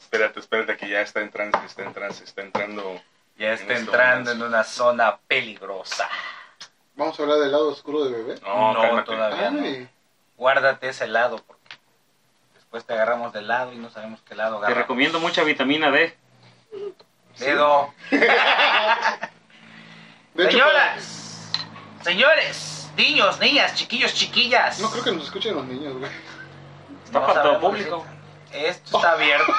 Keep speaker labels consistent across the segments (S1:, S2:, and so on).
S1: Espérate, espérate, que ya está en trance, está en trance, está entrando.
S2: Ya está
S1: este
S2: entrando en
S1: momento.
S2: una zona peligrosa.
S3: Vamos a hablar del lado oscuro de bebé.
S1: No,
S2: No,
S1: cálmate.
S2: todavía. no.
S3: Ay,
S2: Guárdate ese lado porque después te agarramos de lado y no sabemos qué lado
S4: Te
S2: agarrar.
S4: recomiendo mucha vitamina D.
S2: Dedo.
S3: de hecho,
S2: Señoras, señores, niños, niñas, chiquillos, chiquillas.
S3: para- No creo que nos escuchen los niños, güey.
S4: Está para todo
S2: sabemos
S4: público.
S2: si- Esto está abierto.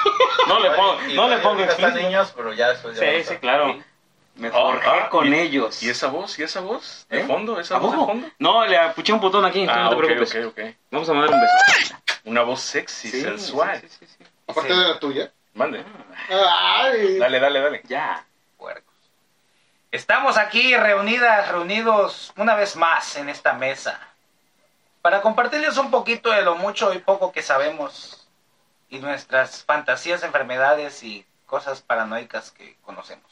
S4: No le pongo, no le pongo
S2: Están
S4: explícito.
S2: niños, pero ya después
S1: pues,
S2: ya
S4: Sí,
S2: vamos a-
S4: sí, claro. Me
S1: Ah,
S4: forjé
S1: ah,
S4: con
S1: y-
S4: ellos.
S1: ¿Y esa voz? ¿Y esa voz? ¿De
S4: ¿Eh?
S1: fondo? ¿Esa
S4: ¿A
S1: voz de
S4: poco?
S1: fondo?
S4: No, le apuché un botón aquí, tú
S1: Ah,
S4: no te
S1: ok,
S4: preocupes.
S1: ok, ok.
S4: Vamos a mandar un beso.
S1: Una voz sexy,
S4: Sí,
S1: sensual.
S4: sí, Ah. sí, sí, sí.
S3: Aparte
S2: Sí.
S3: de la tuya.
S1: Mande.
S3: Ay,
S1: Dale, dale, dale.
S4: Ya.
S2: puercos. Estamos aquí reunidas, reunidos una vez más en esta mesa para compartirles un poquito de lo mucho y poco que sabemos y nuestras fantasías, enfermedades y cosas paranoicas que conocemos.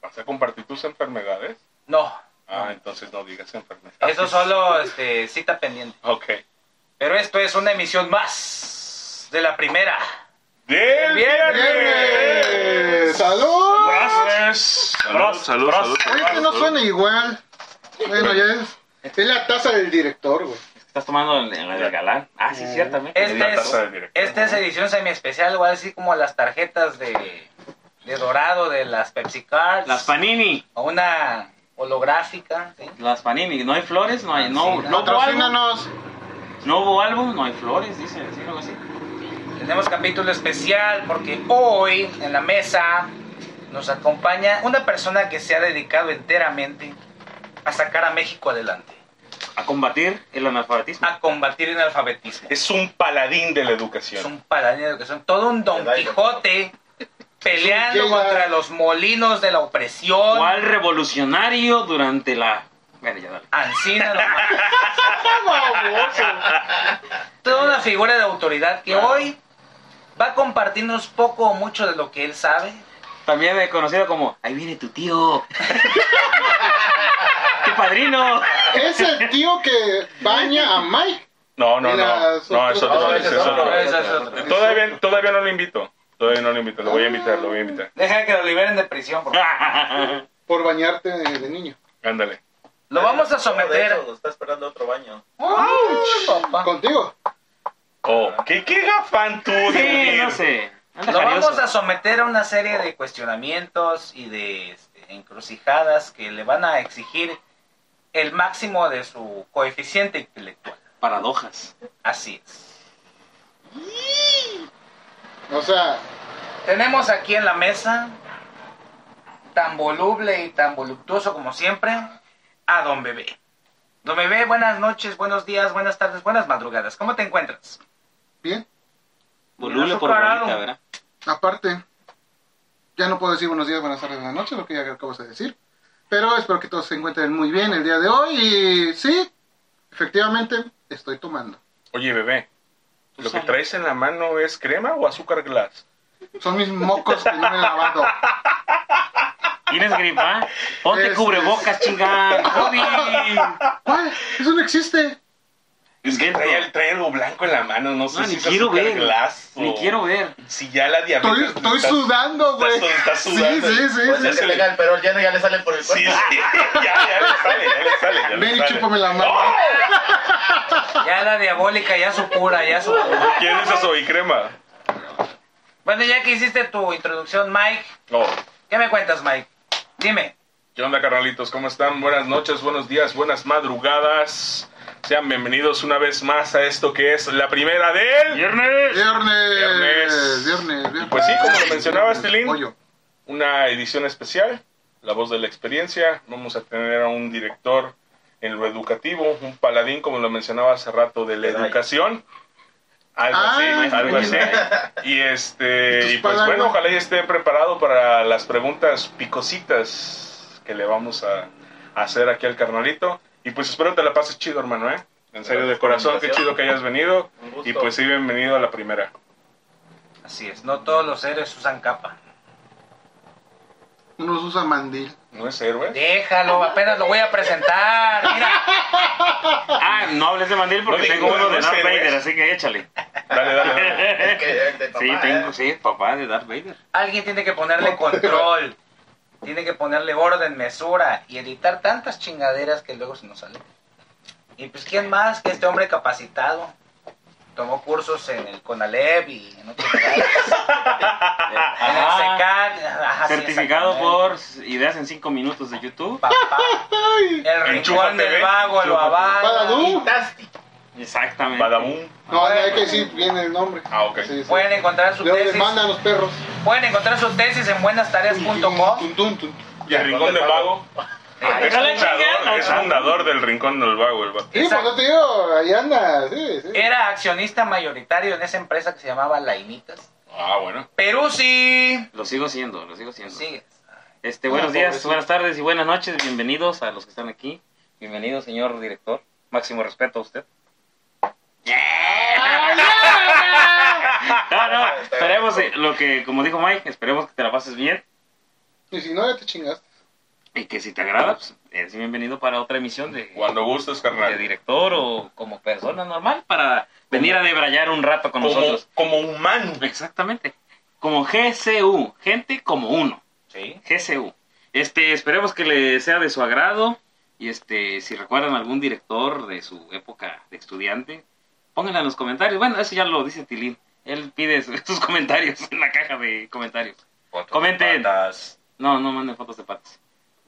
S1: ¿Vas a compartir tus enfermedades?
S2: No,
S1: Ah, entonces no digas enfermedades.
S2: eso solo este, cita pendiente.
S1: Ok.
S2: Pero esto es una emisión más de la primera.
S1: ¡Del
S3: ¡Viene!
S1: viernes!
S3: ¡Salud!
S1: Gracias. Salud,
S4: Bros,
S1: salud,
S4: bros.
S1: salud.
S3: Oye, que no suena igual. Bueno, ya es. Es la taza del director, güey.
S4: Estás tomando el, el- el galán. Ah, sí,
S3: Mm.
S4: ciertamente.
S1: la
S2: Este es,
S1: taza del director.
S2: esta es edición semi-especial, igual así como las tarjetas de, de dorado de las Pepsi Cards.
S4: Las panini.
S2: a una holográfica, ¿sí?
S4: Las panini. No hay flores, no hay.
S2: Sí,
S4: No, no, hubo álbum.
S3: Patrocínanos.
S4: No hubo álbum, no hay flores, dice. Sí, algo así.
S2: Tenemos capítulo especial porque hoy en la mesa nos acompaña una persona que se ha dedicado enteramente a sacar a México adelante,
S4: A combatir el analfabetismo.
S2: a combatir el alfabetismo.
S1: Es un paladín de la
S2: Es
S1: educación.
S2: un paladín de educación, todo un Don Quijote peleando
S3: Es un Jedi.
S2: contra los molinos de la opresión.
S4: ¿Cuál revolucionario durante la. Bueno, ya dale.
S2: Ancina, nomás.
S3: ¡Baboso!
S2: toda una figura de autoridad que hoy va a compartirnos poco o mucho de lo que él sabe,
S4: También es conocido como. Ahí viene tu tío. ¡Qué padrino!
S3: Es el tío que baña a Mike.
S1: No, no,
S3: Y
S1: no.
S3: las
S1: No, es
S3: otras-
S1: otro.
S3: No,
S1: Es
S3: ese es
S1: otro.
S3: otro.
S1: Todavía, todavía no lo invito. Todavía no lo invito. Lo voy a invitar, lo voy a invitar.
S2: Deja que lo liberen de prisión,
S4: Ah,
S2: por favor.
S3: Por bañarte de niño.
S1: Ándale.
S2: Lo vamos a someter.
S5: Está esperando otro baño.
S2: Ay, papá.
S3: Contigo.
S1: Oh, ¿qué, qué gafán tú de
S4: sí,
S1: venir?
S4: no sé. Anda
S2: Lo
S4: jarioso.
S2: vamos a someter a una serie de cuestionamientos y de este, encrucijadas que le van a exigir el máximo de su coeficiente intelectual.
S4: Paradojas.
S2: Así es.
S3: O sea,
S2: Tenemos aquí en la mesa, tan voluble y tan voluptuoso como siempre, a Don Bebé. Don Bebé, buenas noches, buenos días, buenas tardes, buenas madrugadas. ¿Cómo te encuentras?
S3: bien.
S4: Voluble por
S2: azucarado.
S4: bolita, ¿verdad?
S3: Aparte, ya no puedo decir buenos días, buenas tardes, buenas noches, lo que ya acabas de decir. Pero espero que todos se encuentren muy bien el día de hoy. Y sí, efectivamente, estoy tomando.
S1: Oye, bebé,
S4: Tú
S1: ¿lo que
S4: sale.
S1: traes en la mano es crema o azúcar glass?
S3: Son mis mocos que no me he lavado.
S4: ¿Tienes gripa? Ponte
S3: Este-
S4: cubrebocas, chingada. COVID.
S3: ¿Cuál? Eso no existe.
S1: Es que
S4: Dentro.
S1: trae, trae algo blanco en la mano, no sé
S4: No,
S1: si
S4: ni
S1: es
S4: quiero
S1: azúcar
S4: ver.
S1: glass o-
S4: Ni quiero ver.
S1: Si ya la diabetes...
S3: Estoy,
S1: le
S3: estoy
S1: está-
S3: sudando, güey.
S1: Estás- estás
S3: Sí,
S1: sudando.
S3: sí, sí.
S5: Puede
S3: sí.
S5: ser que tenga el perol lleno y ya le sale por el
S1: Sí, sí,
S5: cuerpo.
S1: ya, ya le sale, ya le sale. Ya le
S3: Ven y
S1: sale.
S3: chúpame la mano.
S2: Ya la diabólica, ya su cura, ya su cura.
S1: ¿Quieres eso y crema?
S2: Bueno, ya que hiciste tu introducción, Mike,
S1: No.
S2: ¿qué me cuentas, Mike? Dime.
S1: ¿Qué onda, carnalitos? ¿Cómo están? Buenas noches, buenos días, buenas madrugadas. Sean bienvenidos una vez más a esto que es la primera del...
S4: Viernes.
S3: Viernes.
S1: Viernes.
S3: Viernes. Viernes.
S1: Y pues sí, como lo mencionaba
S3: Viernes,
S1: Estelín.
S3: pollo.
S1: una edición especial, La Voz de la Experiencia. Vamos a tener a un director en lo educativo, un paladín, como lo mencionaba hace rato, de la
S5: Jedi.
S1: educación. Algo
S3: Ah,
S1: así, algo así. Y
S3: Tus
S1: este, y pues
S3: palabras.
S1: bueno, ojalá ya esté preparado para las preguntas picositas que le vamos a hacer aquí al carnalito. Y pues espero te la pases chido, hermano, ¿eh? En serio, de corazón, qué chido que hayas venido.
S5: Un gusto.
S1: Y pues sí, bienvenido a la primera.
S2: Así es, no todos los héroes usan capa.
S3: Unos usan mandil.
S1: ¿No es héroe?
S2: Déjalo, apenas lo voy a presentar. Mira,
S4: Ah, no hables de mandil porque
S1: No
S4: tengo
S1: digo,
S4: uno
S1: no
S4: de
S1: es
S4: Darth
S1: héroe.
S4: Vader, así que échale.
S1: Dale, dale, dale.
S5: Es que el de papá,
S4: sí, tengo,
S5: ¿eh?
S4: sí, papá de Darth Vader.
S2: Alguien tiene que ponerle control. tiene que ponerle orden, mesura y editar tantas chingaderas que luego se nos salen. Y pues, ¿quién más que este hombre capacitado? Tomó cursos en el CONALEP y en otros lugares. en el
S4: Ajá.
S2: SECAC. Ajá, sí,
S4: Certificado
S2: exactamente.
S4: por Ideas en 5 Minutos de YouTube.
S2: Papá. El rincón
S1: Enchúfate,
S2: del
S1: ve.
S2: vago, el
S4: Enchúfate.
S2: babá.
S3: Badabú.
S5: Fantástico.
S4: Exactamente.
S1: Badabum.
S3: No, hay que decir bien el nombre.
S1: Ah, ok.
S3: Sí, sí.
S2: Pueden encontrar su
S3: Luego les
S2: tesis.
S3: mandan los perros.
S2: Pueden encontrar su tesis en buenastareas.com.
S3: Tun, tun, tun, tun.
S1: Y el Rincón del Vago.
S4: Ay,
S1: Es
S4: no le
S1: fundador,
S4: chinguen,
S1: es
S4: no,
S1: fundador del Rincón del Vago, el vato.
S3: Sí,
S2: Exacto.
S3: pues no te digo, ahí anda. Sí, sí.
S2: Era accionista mayoritario en esa empresa que se llamaba Lainitas.
S1: Ah, bueno.
S2: Perú sí.
S4: Lo sigo siendo, lo sigo siendo.
S2: Sigues.
S4: Este, buenos
S3: Ah,
S4: días,
S3: pobrecito.
S4: buenas tardes y buenas noches. Bienvenidos a los que están aquí. Bienvenido, señor director. Máximo respeto a usted. No, no, esperemos eh, lo que, como dijo Mike, esperemos que te la pases bien
S3: Y si no, ya te chingaste.
S4: y que si te agrada, pues, eres bienvenido para otra emisión de,
S1: Cuando gustes,
S4: de
S1: carnal.
S4: director o como persona normal para venir a debrayar un rato con
S1: Como,
S4: nosotros.
S1: como humano.
S4: Exactamente. Como GCU, gente como uno.
S2: Sí.
S4: GCU. Este, esperemos que le sea de su agrado. Y este, si recuerdan algún director de su época de estudiante, pónganla en los comentarios. Bueno, eso ya lo dice Tilín. Él pide su- sus comentarios en la caja de comentarios. Comenten.
S2: Patas.
S4: No, no manden fotos de patas.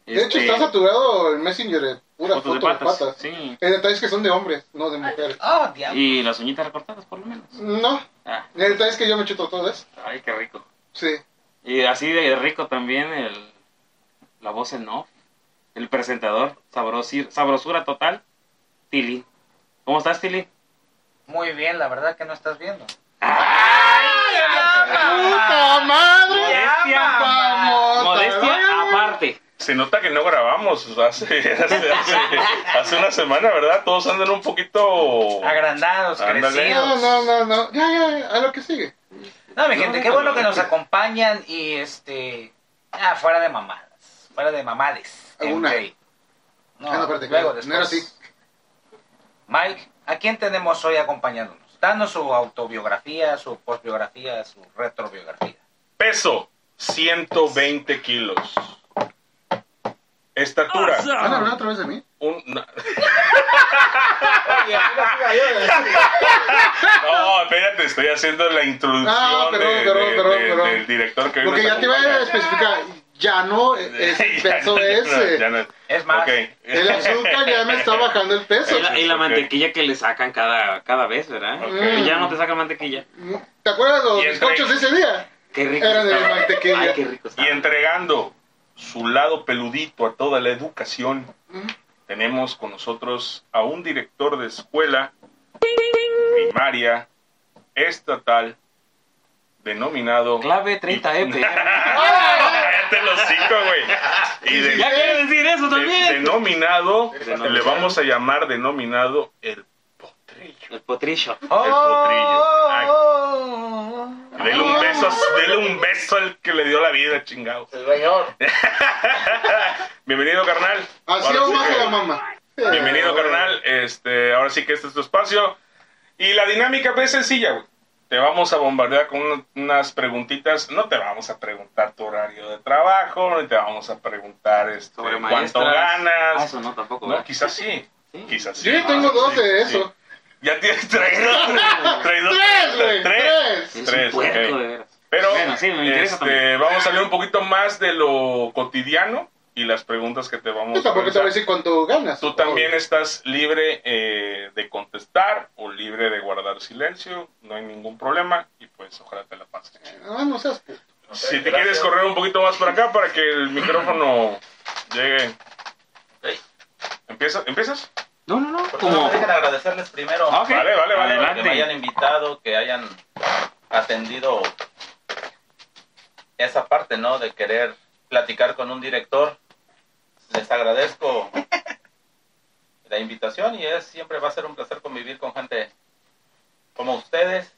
S4: Este,
S3: De hecho, está saturado el Messenger eh, de puras
S4: fotos de patas. Sí.
S3: El detalle es que son de hombres, no de mujeres.
S2: Oh, diablo.
S4: Y las uñitas recortadas, por lo menos.
S3: No,
S4: Ah,
S3: el detalle es que yo me chuto todas.
S4: ay, qué rico.
S3: Sí.
S4: Y así de rico también el, la voz en off, el presentador, sabrosir, sabrosura total, Tilly. ¿Cómo estás, Tilly?
S2: Muy bien, la verdad que no estás viendo.
S3: ¡Puta madre!
S4: Modestia,
S3: Vamos,
S4: modestia
S3: tarán.
S4: aparte.
S1: Se nota que no grabamos hace, hace, hace, hace una semana, ¿verdad? Todos andan un poquito...
S2: Agrandados,
S1: Ándale.
S2: crecidos.
S3: No, no, no, no. Ya, ya, ya, a lo que sigue.
S2: No, mi
S4: No,
S2: gente,
S4: no,
S2: qué bueno
S4: no.
S2: que nos acompañan y este. Ah, fuera de mamadas. Fuera de mamades.
S3: ¿Alguna?
S2: MJ. No,
S3: Ah, no, espérate,
S2: luego
S3: no era así.
S2: después. Mike, ¿a quién tenemos hoy acompañándonos? Danos su autobiografía, su postbiografía, su retrobiografía.
S1: Peso, 120 kilos.
S4: Ah,
S1: Estatura,
S3: ¿Van a hablar otra vez de mí?
S1: un... No,
S5: Oye, mira, sí, ahí, ahí,
S1: no, espérate, estoy haciendo la introducción
S3: Ah, perdón,
S1: de-
S3: perdón,
S1: de-
S3: perdón,
S1: de-
S3: perdón.
S1: del director que hoy
S3: Porque
S1: nos
S3: ya te iba a
S1: acompaña.
S3: especificar. Ya no eh, es el
S1: Ya
S3: peso
S1: no, ya no,
S3: ese.
S1: ya no.
S2: Es
S1: Ok.
S2: más,
S3: El azúcar ya me está bajando el peso.
S4: Y la, y la mantequilla que le sacan cada, cada vez, ¿verdad?
S1: Ok.
S4: Y ya no te sacan mantequilla.
S3: Mm, ¿Te acuerdas de los
S1: Y el
S3: bizcochos de
S1: rey.
S3: ese día?
S4: Qué rico.
S3: Era de
S4: estaba.
S3: mantequilla.
S4: Ay, qué rico.
S1: Y
S4: estaba.
S1: entregando su lado peludito a toda la educación, tenemos con nosotros a un director de escuela primaria estatal denominado...
S4: Clave ¿eh? 30F.
S1: Cállate los cinco, güey. Y de-
S4: ya quieres decir eso
S1: de-
S4: también.
S1: denominado,
S4: Denominado.
S1: le vamos a llamar denominado el potrillo.
S4: El potrillo.
S1: El potrillo. Ay,
S2: ¡Oh!
S1: dele un
S3: Oh.
S1: beso, dele un beso al que le dio la vida, chingado.
S5: Señor.
S1: Bienvenido, carnal.
S3: Así
S1: Ahora
S3: o
S1: sí
S3: más
S1: que-
S3: a la mamá.
S1: Bienvenido,
S3: Eh,
S1: carnal. Este, ahora sí que este es tu espacio. Y la dinámica pues, es sencilla, güey. Te vamos a bombardear con un- unas preguntitas. No te vamos a preguntar tu horario de trabajo, ni te vamos a preguntar este,
S4: Sobre
S1: cuánto
S4: maestras.
S1: ganas.
S4: Ah, eso no, tampoco.
S1: No,
S4: ¿verdad?
S1: quizás sí.
S4: Sí.
S1: Quizás sí.
S3: Yo ya tengo
S1: Ah,
S3: dos
S1: sí,
S3: de
S1: sí.
S3: eso.
S1: Ya tienes traído. traído
S3: Tres, güey. Tres.
S4: Es un
S1: Tres,
S4: puerco,
S1: ok.
S4: de veras.
S1: Pero
S4: Bueno, sí, me interesa
S1: este,
S4: también.
S1: vamos a hablar un poquito más de lo cotidiano y las preguntas que te vamos
S3: Yo tampoco te
S1: realizar.
S3: voy a decir cuánto ganas.
S1: pues Tú también estás libre eh, de contestar o libre de guardar silencio, no hay ningún problema y pues ojalá te la pases. chido.
S3: Ah, no seas. puto.
S5: Ok,
S1: Si te
S5: gracias.
S1: quieres correr un poquito más para acá para que el micrófono llegue.
S5: Ok.
S1: ¿Empiezas? ¿Empiezas?
S4: No, no, no.
S5: Por
S4: Como.
S5: favor, dejen agradecerles primero
S4: Ah, ok.
S1: Vale, vale, vale.
S5: que me hayan
S4: Adelante.
S5: invitado, que hayan atendido esa parte, ¿no? De querer platicar con un director. Les agradezco la invitación y es siempre va a ser un placer convivir con gente como ustedes.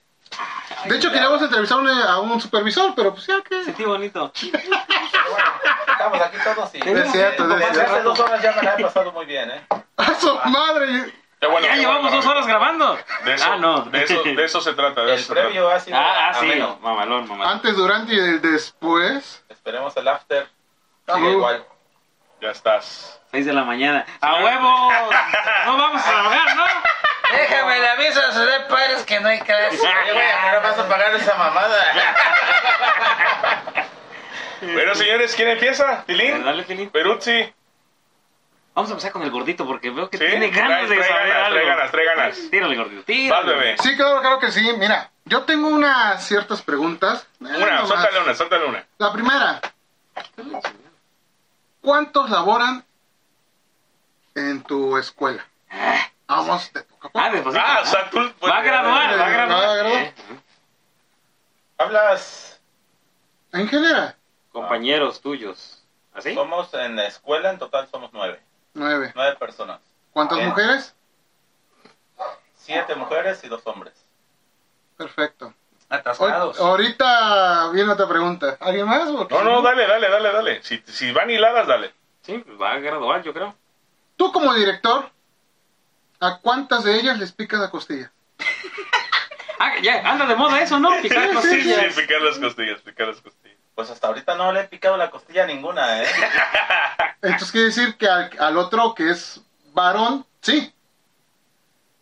S3: De hecho, queríamos entrevistar a un- a un supervisor, pero pues ya que.
S4: Sentí bonito.
S5: Pero bueno, estamos aquí todos y
S4: Es
S3: cierto, es
S5: Compadre,
S3: cierto.
S1: Ah.
S5: hace dos horas ya me la he pasado muy bien, ¿eh?
S3: ¡A su madre!
S1: Ya, bueno,
S4: ya
S1: qué
S4: llevamos
S1: bueno,
S4: dos horas grabando.
S1: De eso,
S4: ah, no.
S1: de eso, de eso se trata. de
S5: El
S1: eso se trata.
S5: previo ha sido
S4: Ah, ah, sí,
S5: ameno.
S4: mamalón, mamalón.
S3: Antes, durante y el después.
S5: Esperemos el after.
S3: Ah,
S5: sigue
S3: uh.
S5: igual.
S1: Ya estás.
S4: Seis de la mañana. ¡A huevo! No vamos a trabajar, ¿no?
S2: Déjame le aviso a sus padres que no hay clase.
S5: Oye, güey, ¿a qué hora vas a pagar esa mamada?
S1: Bueno, señores, ¿quién empieza? ¿Tilín?
S4: Dale, Filipe.
S1: ¿Peruzzi?
S4: Vamos a empezar con el gordito porque veo que
S1: Sí,
S4: tiene ganas
S1: trae-
S4: de
S1: trae
S4: saber
S1: ganas,
S4: algo. Pues,
S1: trae ganas, trae ganas.
S4: Tírale, gordito,
S1: Vas,
S4: tírale.
S1: bebé.
S3: Sí, claro, claro que sí. Mira, yo tengo unas ciertas preguntas. Eh,
S1: Una,
S3: nomás.
S1: suéltale una, suéltale una.
S3: La primera. ¿Cuántos laboran en tu escuela? Vamos, te toca.
S4: Ah, después.
S1: Ah, o sea, tú...
S4: va a graduar, va a
S3: Va a
S4: graduar.
S3: graduar.
S4: Eh,
S5: Hablas,
S3: En general,
S4: compañeros tuyos. ¿Así?
S5: somos en la escuela, en total somos nueve.
S3: nueve.
S5: Nueve personas.
S3: ¿Cuántas
S5: Bien.
S3: mujeres?
S4: Ah.
S5: Siete mujeres y dos hombres.
S3: Perfecto. Hoy-
S2: Atascados.
S3: ahorita viene otra pregunta. ¿Alguien más? Porque
S1: No,
S3: si
S1: no, dale, dale, dale, dale. Si, si van hiladas, dale.
S4: Sí, va a graduar, yo creo.
S3: Tú como director, ¿a cuántas de ellas les picas la costilla?
S4: Ah, ya, anda de moda eso, ¿no? Picar
S1: Sí, sí,
S4: cosillas.
S1: picar las costillas, picar las costillas.
S5: Pues hasta ahorita no le he picado la costilla a ninguna, ¿eh?
S3: Entonces quiere decir que al, al otro que es varón, sí.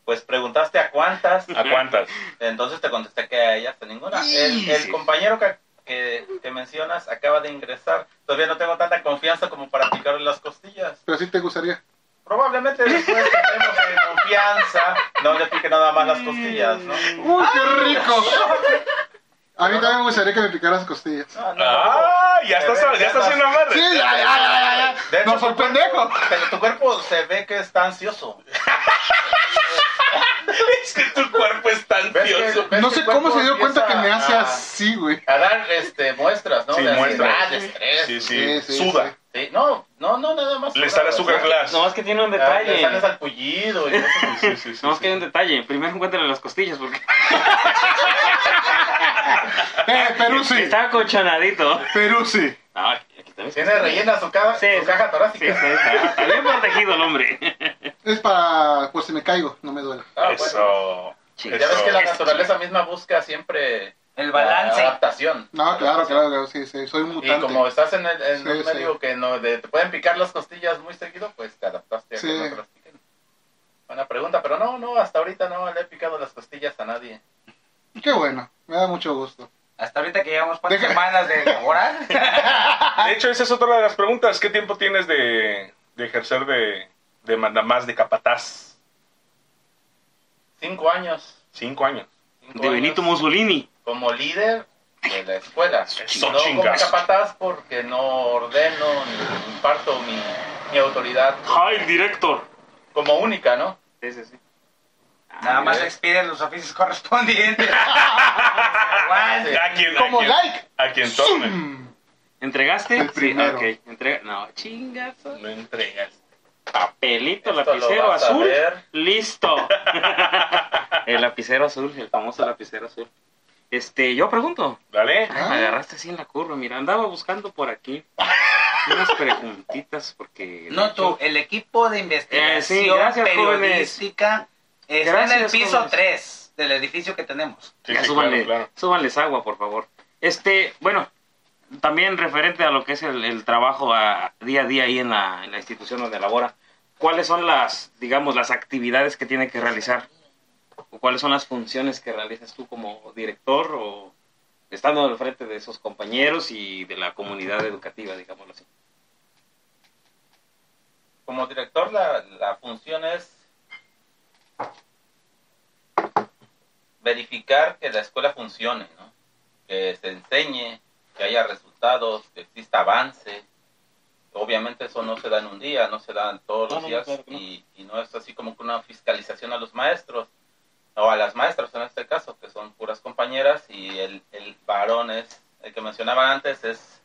S5: Pues preguntaste a cuántas,
S1: ¿A cuántas?
S5: entonces te contesté que a ellas a ninguna. El, el
S4: Sí.
S5: compañero que, que, que mencionas acaba de ingresar. Todavía no tengo tanta confianza como para picarle las costillas.
S3: Pero sí te gustaría.
S5: Probablemente después tendremos en confianza. No le pique nada más las costillas, ¿no?
S3: ¡Uy, qué rico! A mí también me gustaría que me picaras las costillas.
S5: No, no,
S1: Ah,
S5: no.
S1: ya
S5: Se ve,
S1: estás, ya estás haciendo amarre.
S3: Sí, ya, ya, ya, ya,
S5: De
S3: ya.
S5: hecho,
S3: No soy pendejo.
S5: Pero tu cuerpo se ve que está ansioso.
S1: Es que tu cuerpo es tan
S5: ¿Ves que-
S1: tioso.
S5: ves
S3: No
S5: que
S3: sé
S5: el
S3: cómo
S5: cuerpo
S3: se dio cuenta que
S5: empieza
S3: me hace
S5: a-
S3: así, güey.
S5: A dar este, muestras, ¿no?
S1: Sí,
S5: de
S1: muestras.
S5: ansiedad, de estrés.
S1: Sí,
S3: Sí,
S1: sí,
S3: sí,
S1: suda.
S5: Sí, No, no, no, nada más.
S1: Le sale azúcar glass.
S4: No, es que tiene un
S5: Ah, Le
S4: detalle.
S5: sales al pullido. y pues, no sé
S1: Sí,
S5: qué.
S1: sí, sí,
S4: No, es
S1: sí.
S4: que hay un detalle. Primero encuentra las costillas porque
S3: Eh, Perú sí.
S4: está cochonadito.
S3: Perú sí.
S4: No, aquí aquí también.
S5: Tiene rellena su, caja,
S4: Sí,
S5: su caja
S4: Sí,
S5: torácica.
S4: está, está- está bien protegido el hombre.
S3: Es para, por si me caigo, no me duela.
S5: Ah, bueno.
S1: Eso.
S4: Chica,
S5: Ya ves que la
S1: Eso.
S5: naturaleza misma busca siempre
S2: El
S5: la
S2: balance.
S5: adaptación.
S3: No, claro, claro, claro, sí, sí, soy un
S5: Y
S3: mutante.
S5: como estás en, el, en
S3: Sí,
S5: un
S3: sí.
S5: medio que no, de- te pueden picar las costillas muy seguido, pues te adaptaste a
S3: Sí.
S5: que no te las piquen. Buena pregunta, pero no, no, hasta ahorita no le he picado las costillas a nadie.
S3: Qué bueno, me da mucho gusto.
S2: Hasta ahorita que llevamos cuatro
S3: Deja-
S2: semanas de laborar.
S3: Ah.
S1: De hecho, esa es otra de las preguntas. ¿Qué tiempo tienes de, de ejercer de, de mandamás, de capataz?
S5: Cinco años.
S1: Cinco años.
S5: cinco
S4: De Benito
S5: años
S4: Mussolini.
S5: Como líder de la escuela.
S1: Eso,
S5: no como
S1: chingas.
S5: capataz porque no ordeno ni imparto mi, mi autoridad
S4: ¡Ay, director!
S5: como única, ¿no?
S4: Sí, sí, sí. Ah,
S2: Nada más
S4: mira.
S2: expiden los oficios correspondientes.
S5: Sí.
S2: Aguante.
S1: ¿A quién? a
S3: Como
S1: quién-
S3: like. mm,
S1: ¿A quién torne?
S4: ¿Entregaste?
S3: El primero.
S4: Sí, ok. Entrega. No, chingazo.
S1: Lo entregas.
S4: Papelito,
S5: Esto lo
S4: lapicero
S5: vas a
S4: azul.
S5: ver.
S4: Listo. el lapicero azul, el famoso lapicero azul. Este, yo pregunto.
S1: ¿Vale?
S4: Ay, me agarraste así en la curva. Mira, andaba buscando por aquí unas preguntitas porque.
S2: No tú, el equipo de investigación
S4: Eh, sí, gracias,
S2: periodística está en el
S4: Gracias,
S2: piso
S4: jóvenes.
S2: 3 del edificio que tenemos.
S1: Sí,
S4: Ya
S1: sí,
S4: súbanle-
S1: claro, claro.
S4: súbanles agua, por favor. Este, bueno, también referente a lo que es el, el trabajo a- día a día ahí en la, en la institución donde labora, ¿cuáles son las, digamos, las actividades que tiene que realizar? ¿O cuáles son las funciones que realizas tú como director o estando al frente de esos compañeros y de la comunidad educativa, digámoslo así?
S5: como director la, la función es verificar que la escuela funcione, ¿no? que se enseñe, que haya resultados, que exista avance. Obviamente eso no se da en un día, no se da en todos
S4: No,
S5: los
S4: no,
S5: días
S4: claro que no.
S5: Y, y no es así como que una fiscalización a los maestros o a las maestras en este caso, que son puras compañeras y el, el varón es, el que mencionaba antes, es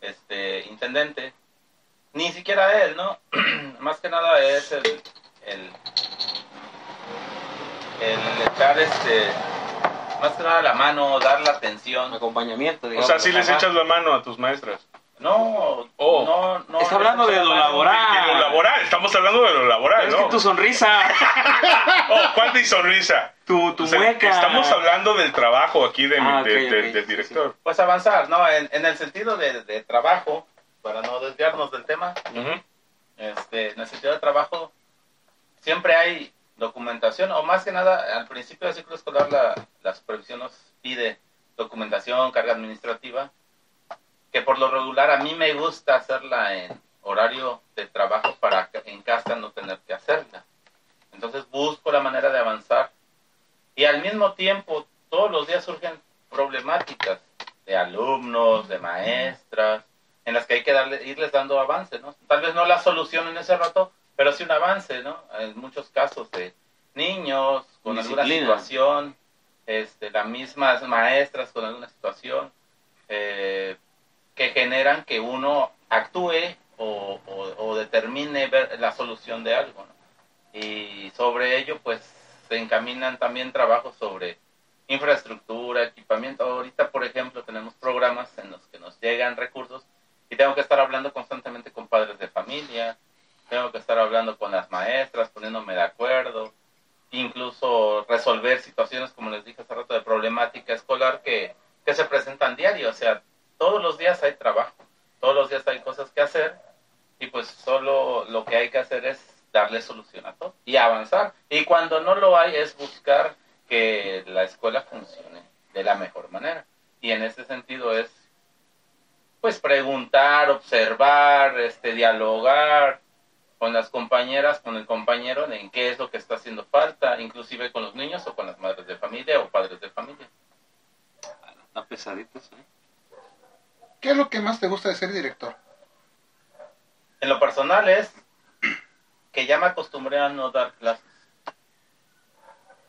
S5: este intendente. Ni siquiera él, ¿no? Más que nada es el, el, el estar este, más que nada la mano, dar la atención.
S4: Acompañamiento,
S1: O
S4: digamos.
S1: sea, sí les
S4: ajá.
S1: echas la mano a tus maestras.
S5: No,
S1: Oh.
S5: no, no.
S4: Está hablando de lo laboral.
S1: De lo laboral, estamos hablando de lo laboral,
S4: Pero es
S1: ¿no?
S4: que tu sonrisa,
S1: Oh, ¿cuál mi sonrisa?
S4: tu, tu
S1: O sea,
S4: mueca.
S1: Estamos hablando del trabajo aquí de mi-
S4: Ah,
S1: de-
S4: ok,
S1: de-
S4: ok,
S1: del
S4: sí,
S1: director.
S5: Pues avanzar, ¿no? En, en el sentido de, de trabajo, para no desviarnos del tema,
S1: Ujú.
S5: este, en el sentido de trabajo, siempre hay documentación, o más que nada, al principio del ciclo escolar la, la supervisión nos pide documentación, carga administrativa, que por lo regular a mí me gusta hacerla en horario de trabajo para que en casa no tener que hacerla. Entonces busco la manera de avanzar y al mismo tiempo todos los días surgen problemáticas de alumnos, de maestras, en las que hay que darle, irles dando avance, ¿no? Tal vez no la solución en ese rato, pero sí un avance, ¿no? En muchos casos de niños con alguna
S4: Disciplina.
S5: situación, este, las mismas maestras con alguna situación, eh, que generan que uno actúe o, o- o determine ver la solución de algo, ¿no? Y sobre ello, pues, se encaminan también trabajos sobre infraestructura, equipamiento. Ahorita, por ejemplo, tenemos programas en los que nos llegan recursos y tengo que estar hablando constantemente con padres de familia, tengo que estar hablando con las maestras, poniéndome de acuerdo, incluso resolver situaciones, como les dije hace rato, de problemática escolar que, que se presentan diario. O sea, todos los días hay trabajo, todos los días hay cosas que hacer y pues solo lo que hay que hacer es darle solución a todo y avanzar. Y cuando no lo hay es buscar que la escuela funcione de la mejor manera. Y en ese sentido es pues preguntar, observar, este dialogar con las compañeras, con el compañero en qué es lo que está haciendo falta, inclusive con los niños o con las madres de familia o padres de familia.
S4: Está pesadito eso, ¿eh?
S3: ¿Qué es lo que más te gusta de ser director?
S5: En lo personal es que ya me acostumbré a no dar clases.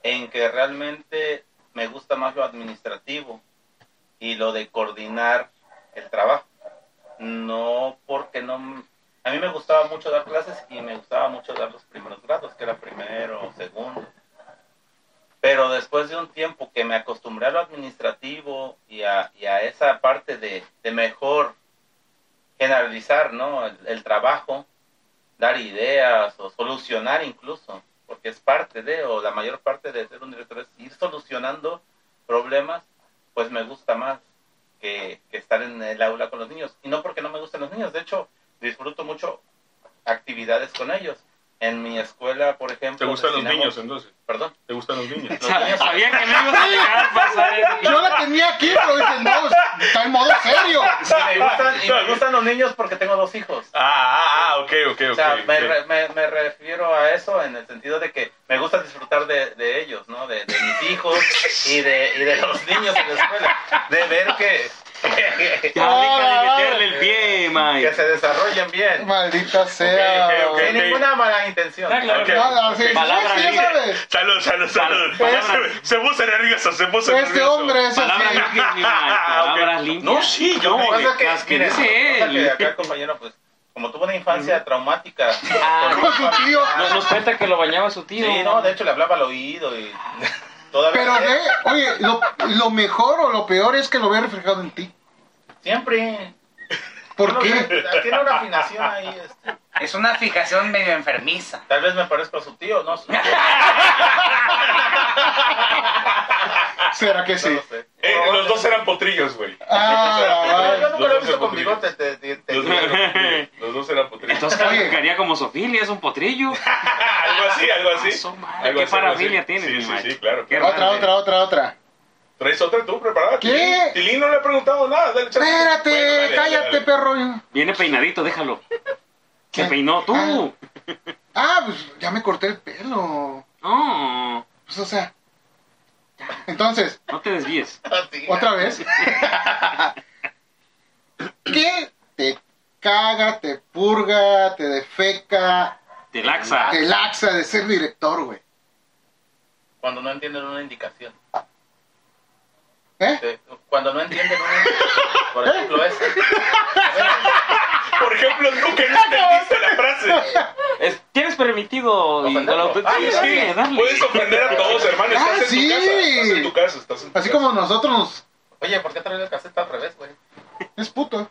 S5: En que realmente me gusta más lo administrativo y lo de coordinar el trabajo. No porque no... m- A mí me gustaba mucho dar clases y me gustaba mucho dar los primeros grados, que era primero, segundo. Pero después de un tiempo que me acostumbré a lo administrativo y a, y a esa parte de, de mejor generalizar, ¿no? El, el trabajo, dar ideas o solucionar incluso, porque es parte de, o la mayor parte de ser un director es ir solucionando problemas, pues me gusta más que, que estar en el aula con los niños. Y no porque no me gusten los niños, de hecho, disfruto mucho actividades con ellos. En mi escuela, por ejemplo...
S1: ¿Te gustan los
S5: destinamos-
S1: niños entonces?
S5: Perdón.
S1: ¿Te gustan los niños?
S5: Los niños-
S4: Sabía que me ibas a llegar a pasar. eso.
S3: Yo la tenía aquí, pero dije, no, está en modo serio.
S5: Y me gustan- y me gustan los niños porque tengo dos hijos.
S1: Ah, ah, ah, ok, ok, ok.
S5: O sea, me,
S1: ok.
S5: re- me- me refiero a eso en el sentido de que me gusta disfrutar de, de ellos, ¿no? De, de mis hijos y de, y de los niños en la escuela. De ver que, que,
S4: Ya deja
S1: Ah,
S4: de meterle el pie, Mike.
S5: se desarrollan bien.
S3: Maldita sea.
S1: ok,
S5: Sin ninguna mala intención.
S4: Ah, claro.
S1: Ok.
S3: Nada, sí, sí,
S4: Palabra
S3: sí, ya
S4: libre.
S3: sabes. Este
S1: Salud, salud, salud.
S4: Palabra-
S1: Se- Se puso nervioso, se puso nervioso.
S3: Este hombre es
S4: Palabras
S3: así.
S4: limpias, mi Mike.
S1: Ah, ok.
S4: Palabras limpias.
S1: No, sí, yo
S4: No,
S1: me-
S5: Lo que pasa
S4: las
S5: es
S4: que
S5: que, miren,
S4: dice
S5: lo que pasa es que
S4: él.
S5: acá el compañero, pues, como tuvo una infancia traumática.
S4: Ah.
S5: con-
S3: Con su tío.
S4: Nos, nos cuenta que lo bañaba su tío.
S5: Sí, no, de hecho le hablaba al oído y todavía
S3: Pero, ¿eh? ve, oye, lo, lo mejor o lo peor es que lo ve reflejado en ti.
S5: siempre
S3: ¿Por
S5: No
S3: qué?
S5: sé, tiene una afinación ahí este.
S2: Es una fijación medio enfermiza.
S5: Tal vez me parezco a su tío, no sé.
S3: ¿Será que
S5: No
S3: sí?
S5: lo sé.
S1: Eh,
S5: No,
S1: los dos eran potrillos, güey.
S3: Ah,
S5: Yo
S3: vale.
S5: nunca lo
S1: Los
S5: he
S1: dos
S5: visto con
S1: se
S5: bigote. Te, te- te-
S1: Los dos eran potrillos. Los dos eran potrillos.
S4: Entonces
S3: Oye.
S4: calificaría como Sofilia, es un potrillo.
S1: algo así, algo así.
S4: Ah, su madre,
S1: Algo
S4: qué
S1: algo
S4: parafilia tienes, mi
S1: Sí, sí,
S4: Mike.
S1: sí, claro.
S4: Qué
S1: claro.
S3: Otra, otra, otra, otra.
S1: ¿Traes otra tú preparada?
S3: ¿Qué?
S1: Tilín? Tilín no le ha preguntado nada. dale chance. Bueno, dale,
S3: Espérate,
S1: dale,
S3: cállate,
S1: dale.
S3: perro.
S4: Viene peinadito, déjalo. Se
S3: ¿Qué?
S4: peinó tú.
S3: Ah, pues ya me corté el pelo.
S1: Ah.
S4: No,
S3: Pues, o sea. Entonces,
S4: no te desvíes.
S5: así.
S3: otra vez. ¿Qué te caga, te purga, te defeca,
S4: Te laxa.
S5: Ah.
S3: te laxa de ser director, güey?
S5: Cuando no entienden una indicación.
S3: ¿Eh?
S5: Te- Cuando no entienden una indicación. Por
S2: ¿Eh?
S5: ejemplo, esa.
S1: Por ejemplo, tú que no entendiste la frase.
S4: Es- Tienes permitido y con la
S5: Ofenderlo.
S4: autoridad-
S5: Ay,
S4: Sí,
S5: sí.
S4: sí, dale.
S1: Puedes ofender a todos, hermano. Estás
S3: Ah,
S1: en
S3: sí.
S1: tu casa. Estás en tu casa. Estás en tu
S3: Así
S1: casa.
S3: como nosotros nos.
S5: Oye, ¿por qué traes la caseta al revés, güey?
S3: Es puto.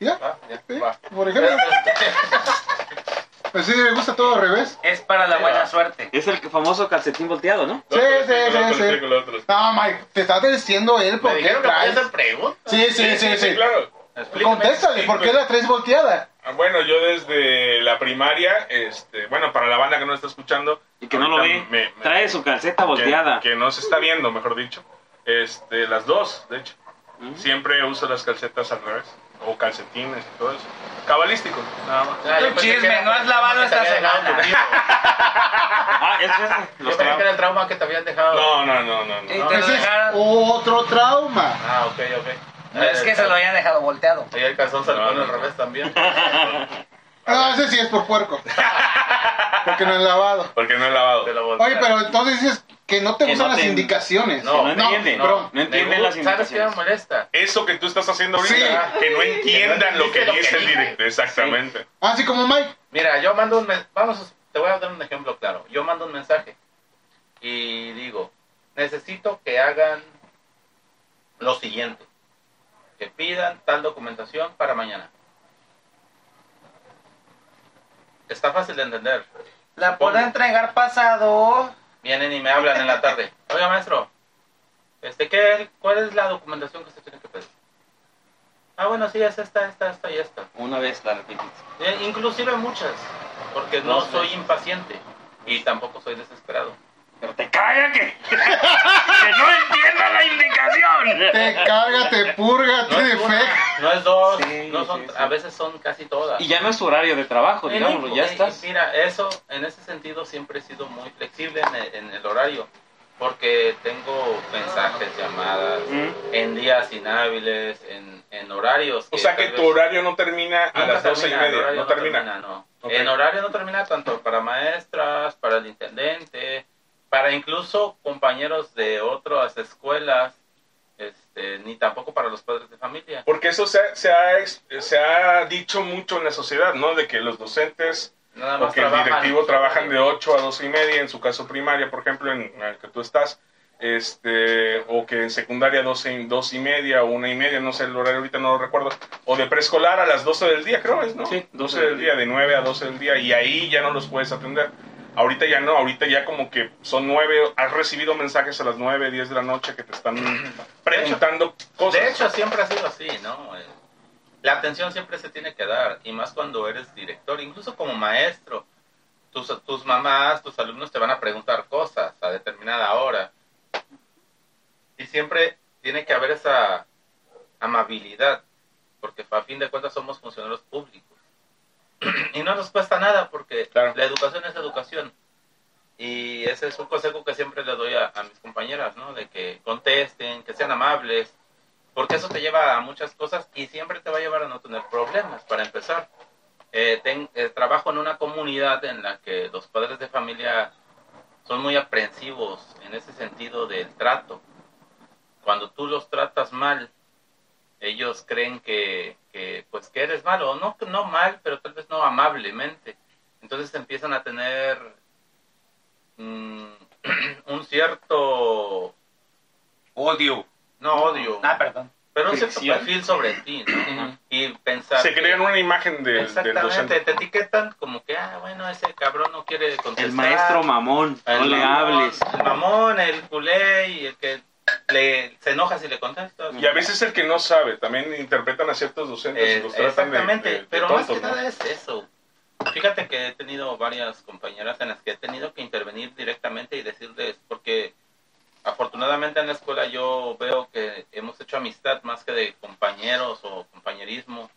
S3: ¿sí?
S5: Ah, Va.
S3: Por ejemplo, pues sí, me gusta todo al revés.
S2: Es para la buena suerte.
S4: Es el que famoso calcetín volteado, ¿no?
S3: Sí, sí, sí, sí.
S1: sí.
S3: No, Mike, te está diciendo él por
S5: Me
S3: qué
S5: dijeron que podía
S3: traes.
S5: hacer preguntas.
S3: Sí, sí, sí, sí.
S1: Claro.
S5: Explícame.
S3: Contéstale, ¿por qué la traes volteada?
S1: Ah, Bueno, yo desde la primaria, este, bueno, para la banda que no está escuchando.
S4: Y que no lo
S1: ahorita
S4: ve.
S1: me- me-
S4: Trae su calceta
S1: que-
S4: volteada.
S1: Que, no se está viendo, mejor dicho. Este, las dos, de hecho.
S4: Ujú.
S1: Siempre uso las calcetas al revés. O calcetines y todo eso. Cabalístico, nada más.
S5: Ah, yo
S2: Un
S5: pensé que
S2: chisme,
S5: era
S2: no has
S5: el
S2: lavado
S5: trauma que
S2: esta
S5: te habían dejado
S2: semana.
S5: tu tío.
S4: Ah, es es-
S5: Yo
S4: los
S5: pensé que era
S4: traba.
S5: el trauma que te habían dejado.
S1: No, no, no, no. no.
S2: Sí,
S5: no,
S2: te lo
S5: ese
S3: Ese es
S2: dejaron.
S3: otro trauma.
S5: Ah, ok, ok.
S2: No, es que se lo habían dejado volteado.
S5: Ahí el calzón se lo
S1: No,
S5: pone
S1: no,
S5: al
S1: no.
S5: revés también.
S3: No, ese sí es por puerco. Porque no es lavado.
S1: Porque no he lavado.
S5: Se lo voltea.
S3: Oye, pero entonces dices que no te
S4: Que
S3: gustan
S4: no
S3: las
S4: te-
S3: indicaciones.
S4: No, no
S5: No,
S4: entiende.
S3: no,
S4: No,
S3: bro.
S4: entiende
S5: Me
S4: las
S5: gusta, ¿Sabes qué me
S4: indicaciones.
S5: molesta?
S1: Eso que tú estás haciendo ahorita,
S3: Sí.
S1: que no entiendan lo que
S5: Que no
S1: dice el
S5: dice.
S1: director. Exactamente.
S3: Así Ah, como Mike.
S5: Mira, yo mando un men- vamos, te voy a dar un ejemplo claro. Yo mando un mensaje y digo, necesito que hagan lo siguiente, que pidan tal documentación para mañana. Está fácil de entender.
S2: La puedo entregar pasado.
S5: Vienen y me hablan en la tarde. Oiga, maestro, este, ¿qué, ¿cuál es la documentación que se tiene que pedir? Ah, bueno, sí, es esta, esta, esta y esta.
S4: Una vez la repites.
S5: Eh, Inclusive muchas, porque no
S4: Dos
S5: soy
S4: veces.
S5: impaciente y tampoco soy desesperado.
S4: Pero te caga que, que no entienda la indicación.
S3: Te carga, te purga,
S5: No
S3: te
S5: es, una,
S3: defeca.
S5: no es dos,
S4: Sí,
S5: no son,
S4: sí, sí.
S5: a veces son casi todas.
S4: Y ya no es tu horario de trabajo,
S5: Eh,
S4: digámoslo,
S5: no,
S4: ya
S5: eh,
S4: estás.
S5: Mira, eso, en ese sentido siempre he sido muy flexible en el, en el horario, porque tengo mensajes, llamadas,
S4: Mm.
S5: en días inhábiles, en, en horarios.
S1: O sea que
S5: tal
S1: tu
S5: vez-
S1: horario no termina a
S5: Nunca
S1: las doce y
S5: termina, el
S1: media.
S5: horario
S1: No termina.
S5: no.
S1: Ok.
S5: En horario no termina tanto para maestras, para el intendente, para incluso compañeros de otras escuelas, este, ni tampoco para los padres de familia.
S1: Porque eso se, ha- se, ha, ex- se ha dicho mucho en la sociedad, ¿no? De que los docentes
S5: Nada más
S1: o que el directivo trabajan de
S5: hoy
S1: 8 a 12 y media, en su caso primaria, por ejemplo, en, en el que tú estás, este, o que en secundaria 12, y- 2 y media o 1 y media, no sé el horario ahorita, no lo recuerdo, o de preescolar a las 12 del día, creo es, ¿no?
S4: Sí,
S1: 12 del día, de 9 a 12 del día, y ahí ya no los puedes atender. Ahorita ya no, ahorita ya como que son 9, has recibido mensajes a las 9, 10 de la noche que te están preguntando cosas.
S5: De hecho, siempre ha sido así, ¿no? Eh, La atención siempre se tiene que dar, y más cuando eres director, incluso como maestro. Tus, tus mamás, tus alumnos te van a preguntar cosas a determinada hora. Y siempre tiene que haber esa amabilidad, porque a fin de cuentas somos funcionarios públicos. Y no nos cuesta nada, porque
S1: Claro.
S5: la educación es educación. Y ese es un consejo que siempre le doy a, a mis compañeras, ¿no? De que contesten, que sean amables, porque eso te lleva a muchas cosas y siempre te va a llevar a no tener problemas, para empezar. Eh, ten- eh, trabajo en una comunidad en la que los padres de familia son muy aprensivos en ese sentido del trato. Cuando tú los tratas mal, ellos creen que, que, pues que eres malo, no, no mal, pero tal vez no amablemente. Entonces empiezan a tener mm, un cierto,
S2: Odio.
S5: no odio,
S2: Ah, perdón.
S5: pero un cierto
S4: fricción.
S5: perfil sobre ti, ¿no? Y pensar...
S1: se
S5: que-
S1: crean una imagen del- del
S5: Exactamente,
S1: docente.
S5: te etiquetan como que, ah, bueno, ese cabrón no quiere contestar.
S4: El maestro mamón,
S5: El
S4: no le
S5: mamón,
S4: hables.
S5: El mamón, el culé y el que le, se enoja si le contestas.
S1: Y a veces el que no sabe, también interpretan a ciertos docentes y
S5: Eh,
S1: los tratan de-
S5: exactamente,
S1: de- de
S5: pero más que
S1: tontos, ¿no?
S5: nada es eso. Fíjate que he tenido varias compañeras en las que he tenido que intervenir directamente y decirles, porque afortunadamente en la escuela yo veo que hemos hecho amistad más que de compañeros o compañerismo,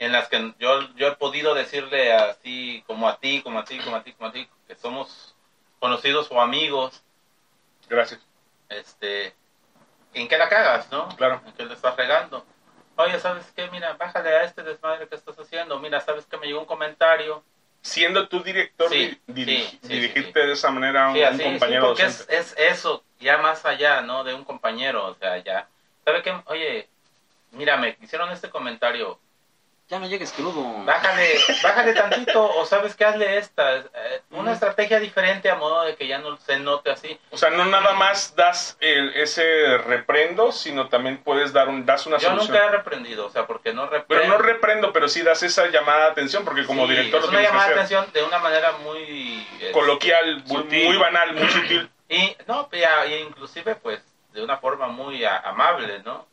S5: en las que yo, yo he podido decirle así como a ti, como a ti, como a ti, como a ti, que somos conocidos o amigos,
S1: Gracias.
S5: este, en qué la cagas, ¿no?
S1: Claro.
S5: En qué le estás regando. Oye, ¿sabes qué? Mira, bájale a este desmadre que estás haciendo. Mira, ¿sabes qué? Me llegó un comentario.
S1: Siendo tu director,
S5: Sí,
S1: di-
S5: sí,
S1: diri-
S5: sí, sí,
S1: dirigirte de esa manera a un,
S5: Sí, así,
S1: un
S5: sí,
S1: compañero
S5: porque es,
S1: docente.
S5: es eso, ya más allá, ¿no? De un compañero, o sea, ya. ¿Sabes qué? Oye, mira, me hicieron este comentario.
S4: Ya no llegues crudo.
S5: Bájale, bájale tantito, o sabes qué, hazle esta. eh, una estrategia diferente a modo de que ya no se note así.
S1: O sea, no nada más das el- ese reprendo, sino también puedes dar un, das una
S5: Yo
S1: solución.
S5: nunca he reprendido, o sea, porque no reprendo.
S1: Pero no reprendo, pero sí das esa llamada de atención, porque como
S5: Sí,
S1: director
S5: es
S1: lo
S5: una
S1: tienes que
S5: llamada de
S1: hacer.
S5: atención de una manera muy eh,
S1: Coloquial, muy,
S4: Sutil.
S1: muy banal, muy sutil.
S5: y no y a- y inclusive pues de una forma muy a- amable no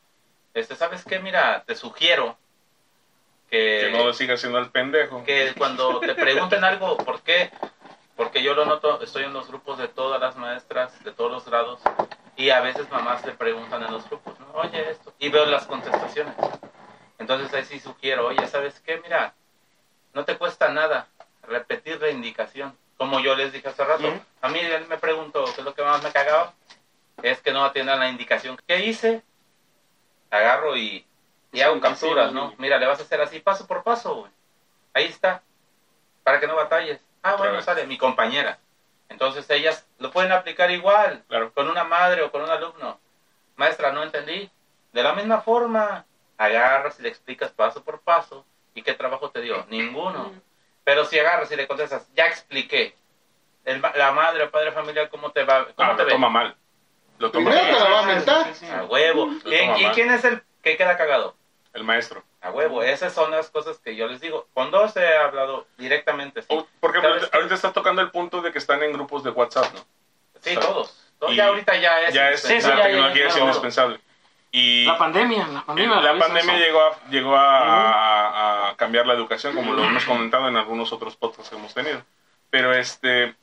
S5: este sabes qué mira te sugiero
S1: Que
S5: que
S1: no sigas siendo el pendejo.
S5: que cuando te pregunten algo por qué porque yo lo noto estoy en los grupos de todas las maestras de todos los grados y a veces mamás le preguntan en los grupos ¿no? oye esto y veo las contestaciones entonces ahí sí sugiero oye sabes qué mira no te cuesta nada repetir la indicación. Como yo les dije hace rato,
S1: Ujú.
S5: a mí él me preguntó qué es lo que más me cagaba, es que no atiendan la indicación. ¿Qué hice? Agarro y, y
S4: Sí,
S5: hago
S4: sí,
S5: capturas,
S4: sí.
S5: ¿no? Mira, le vas a hacer así, paso por paso, güey. Ahí está, para que no batalles. Ah,
S1: Otra
S5: bueno,
S1: vez.
S5: sale mi compañera. Entonces ellas lo pueden aplicar igual,
S1: Claro.
S5: con una madre o con un alumno. Maestra, no entendí. De la misma forma, agarras y le explicas paso por paso. ¿Y qué trabajo te dio? Ninguno. Pero si agarras y le contestas, ya expliqué. El ma- la madre o padre familiar, ¿cómo te va? ¿Cómo
S1: Ah,
S5: te
S1: lo
S5: ve?
S1: toma mal. Lo toma
S3: Primero te
S1: mal.
S3: la va a mentar.
S4: Sí, sí.
S5: A huevo.
S1: Lo
S5: ¿Y,
S1: toma
S5: y
S1: mal.
S5: quién es el que queda cagado?
S1: El maestro.
S5: A huevo. Esas son las cosas que yo les digo. Con dos he hablado directamente. Sí,
S1: O- porque
S5: ¿Sabes
S1: ahorita,
S5: qué?
S1: ahorita estás tocando el punto de que están en grupos de WhatsApp, ¿no?
S5: Sí,
S1: ¿sabes?
S5: todos. No,
S1: Y
S5: Ya ahorita ya es.
S1: ya es,
S4: sí, sí,
S1: la
S4: ya, ya,
S1: tecnología
S4: ya,
S1: es
S4: claro.
S1: indispensable. Y
S4: La pandemia, la pandemia.
S1: la
S4: lo hizo
S1: pandemia
S4: eso.
S1: llegó, a, llegó a, a- a cambiar la educación, como lo hemos comentado en algunos otros podcasts que hemos tenido. Pero este,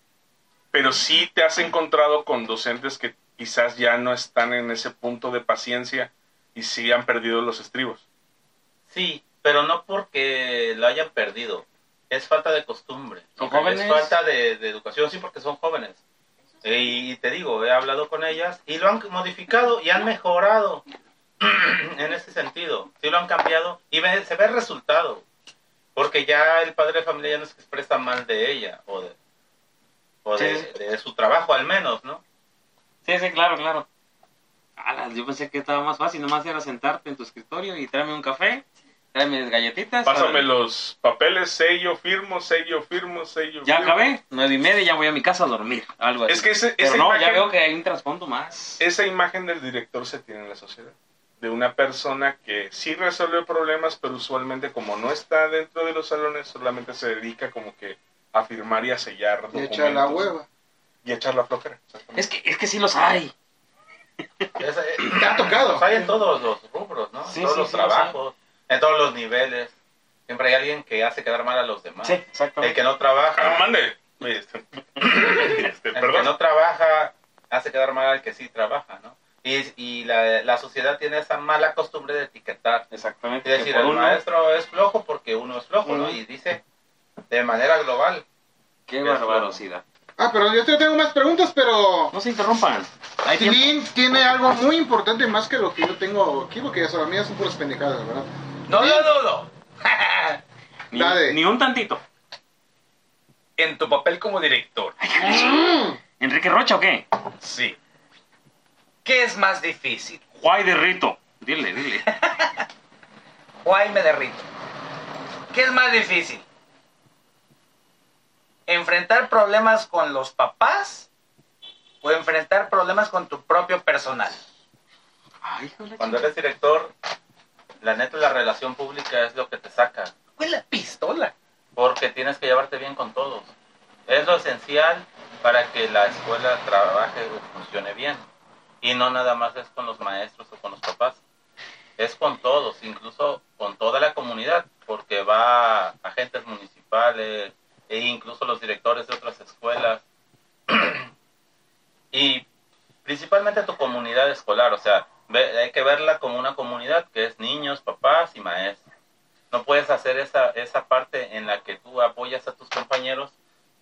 S1: pero sí te has encontrado con docentes que quizás ya no están en ese punto de paciencia y sí han perdido los estribos.
S5: Sí, pero no porque lo hayan perdido. Es falta de costumbre.
S4: Son jóvenes.
S5: Es falta de, de educación, sí, porque son jóvenes. Y te digo, he hablado con ellas y lo han modificado y han mejorado en ese sentido. Sí lo han cambiado y ve- se ve el resultado. Porque ya el padre de familia ya no se expresa mal de ella o de, o de-
S4: Sí.
S5: de su trabajo al menos, ¿no?
S4: Sí, sí, claro, claro. Ala, yo pensé que estaba más fácil, nomás era sentarte en tu escritorio y tráeme un café, tráeme mis galletitas.
S1: Pásame
S4: órale.
S1: los papeles, sello, firmo, sello, firmo, sello.
S4: Ya
S1: firmo.
S4: acabé, nueve y media, ya voy a mi casa a dormir, algo así.
S1: Es que ese-
S4: Pero
S1: esa
S4: no, ya
S1: imagen-
S4: veo que hay un trasfondo más.
S1: esa imagen del director se tiene en la sociedad. De una persona que sí resuelve problemas, pero usualmente como no está dentro de los salones, solamente se dedica como que a firmar y a sellar
S3: Y
S1: documentos.
S3: echa la hueva.
S1: Y a echar la flojera. exactamente.
S4: Es que, es que sí los hay.
S5: Es- eh,
S3: Te ha tocado.
S5: Los hay en todos los rubros, ¿no?
S4: Sí,
S5: en todos
S4: sí,
S5: los
S4: sí,
S5: trabajos, en todos los niveles. Siempre hay alguien que hace quedar mal a los demás.
S4: Sí,
S5: El
S4: exactamente.
S5: que no
S1: Ah,
S5: trabaja,
S1: mande. Oye, este- este,
S5: el que
S1: perdón.
S5: no trabaja hace quedar mal al que sí trabaja, ¿no? Y, y la, la sociedad tiene esa mala costumbre de etiquetar.
S4: Exactamente.
S5: Es
S4: que
S5: decir,
S4: por
S5: el
S4: uno,
S5: maestro es flojo porque uno es flojo, ¿no?
S4: Ujú.
S5: Y dice de manera global.
S4: Qué barbarosidad.
S3: Ah, pero yo te- tengo más preguntas, pero
S4: No se interrumpan. Hay tiempo.
S3: Tilín tiene algo muy importante más que lo que yo tengo aquí, porque ya son, a mí ya son puras pendejadas, ¿verdad?
S2: No lo dudo.
S4: Ni,
S3: Dale.
S4: ni un tantito.
S2: en tu papel como director,
S4: ¿Enrique Rocha o qué?
S2: sí. ¿Qué es más difícil?
S4: Guay de Rito. Dile, dile.
S2: O ahí me derrito. ¿Qué es más difícil? ¿Enfrentar problemas con los papás o enfrentar problemas con tu propio personal?
S4: Ay, hijo de la
S5: Cuando
S4: chica.
S5: eres director, la neta, la relación pública es lo que te saca.
S2: Con la pistola.
S5: porque tienes que llevarte bien con todos. Es lo esencial para que la escuela trabaje o funcione bien. Y no nada más es con los maestros o con los papás. Es con todos, incluso con toda la comunidad, porque va agentes municipales e incluso los directores de otras escuelas. y principalmente tu comunidad escolar, o sea, ve- hay que verla como una comunidad que es niños, papás y maestros no puedes hacer esa, esa parte en la que tú apoyas a tus compañeros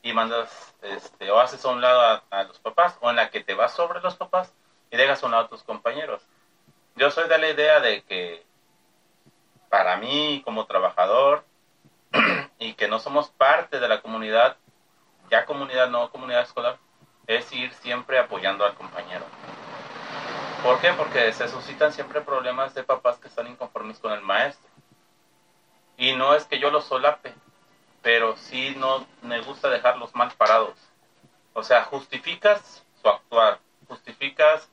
S5: y mandas este, o haces a un lado a, a los papás o en la que te vas sobre los papás y dejas a un lado a tus compañeros. Yo soy de la idea de que para mí como trabajador y que no somos parte de la comunidad, ya comunidad no comunidad escolar, es ir siempre apoyando al compañero. ¿Por qué? Porque se suscitan siempre problemas de papás que están inconformes con el maestro. Y Y no es que yo los solape, pero sí no me gusta dejarlos mal parados. O sea, justificas su actuar, justificas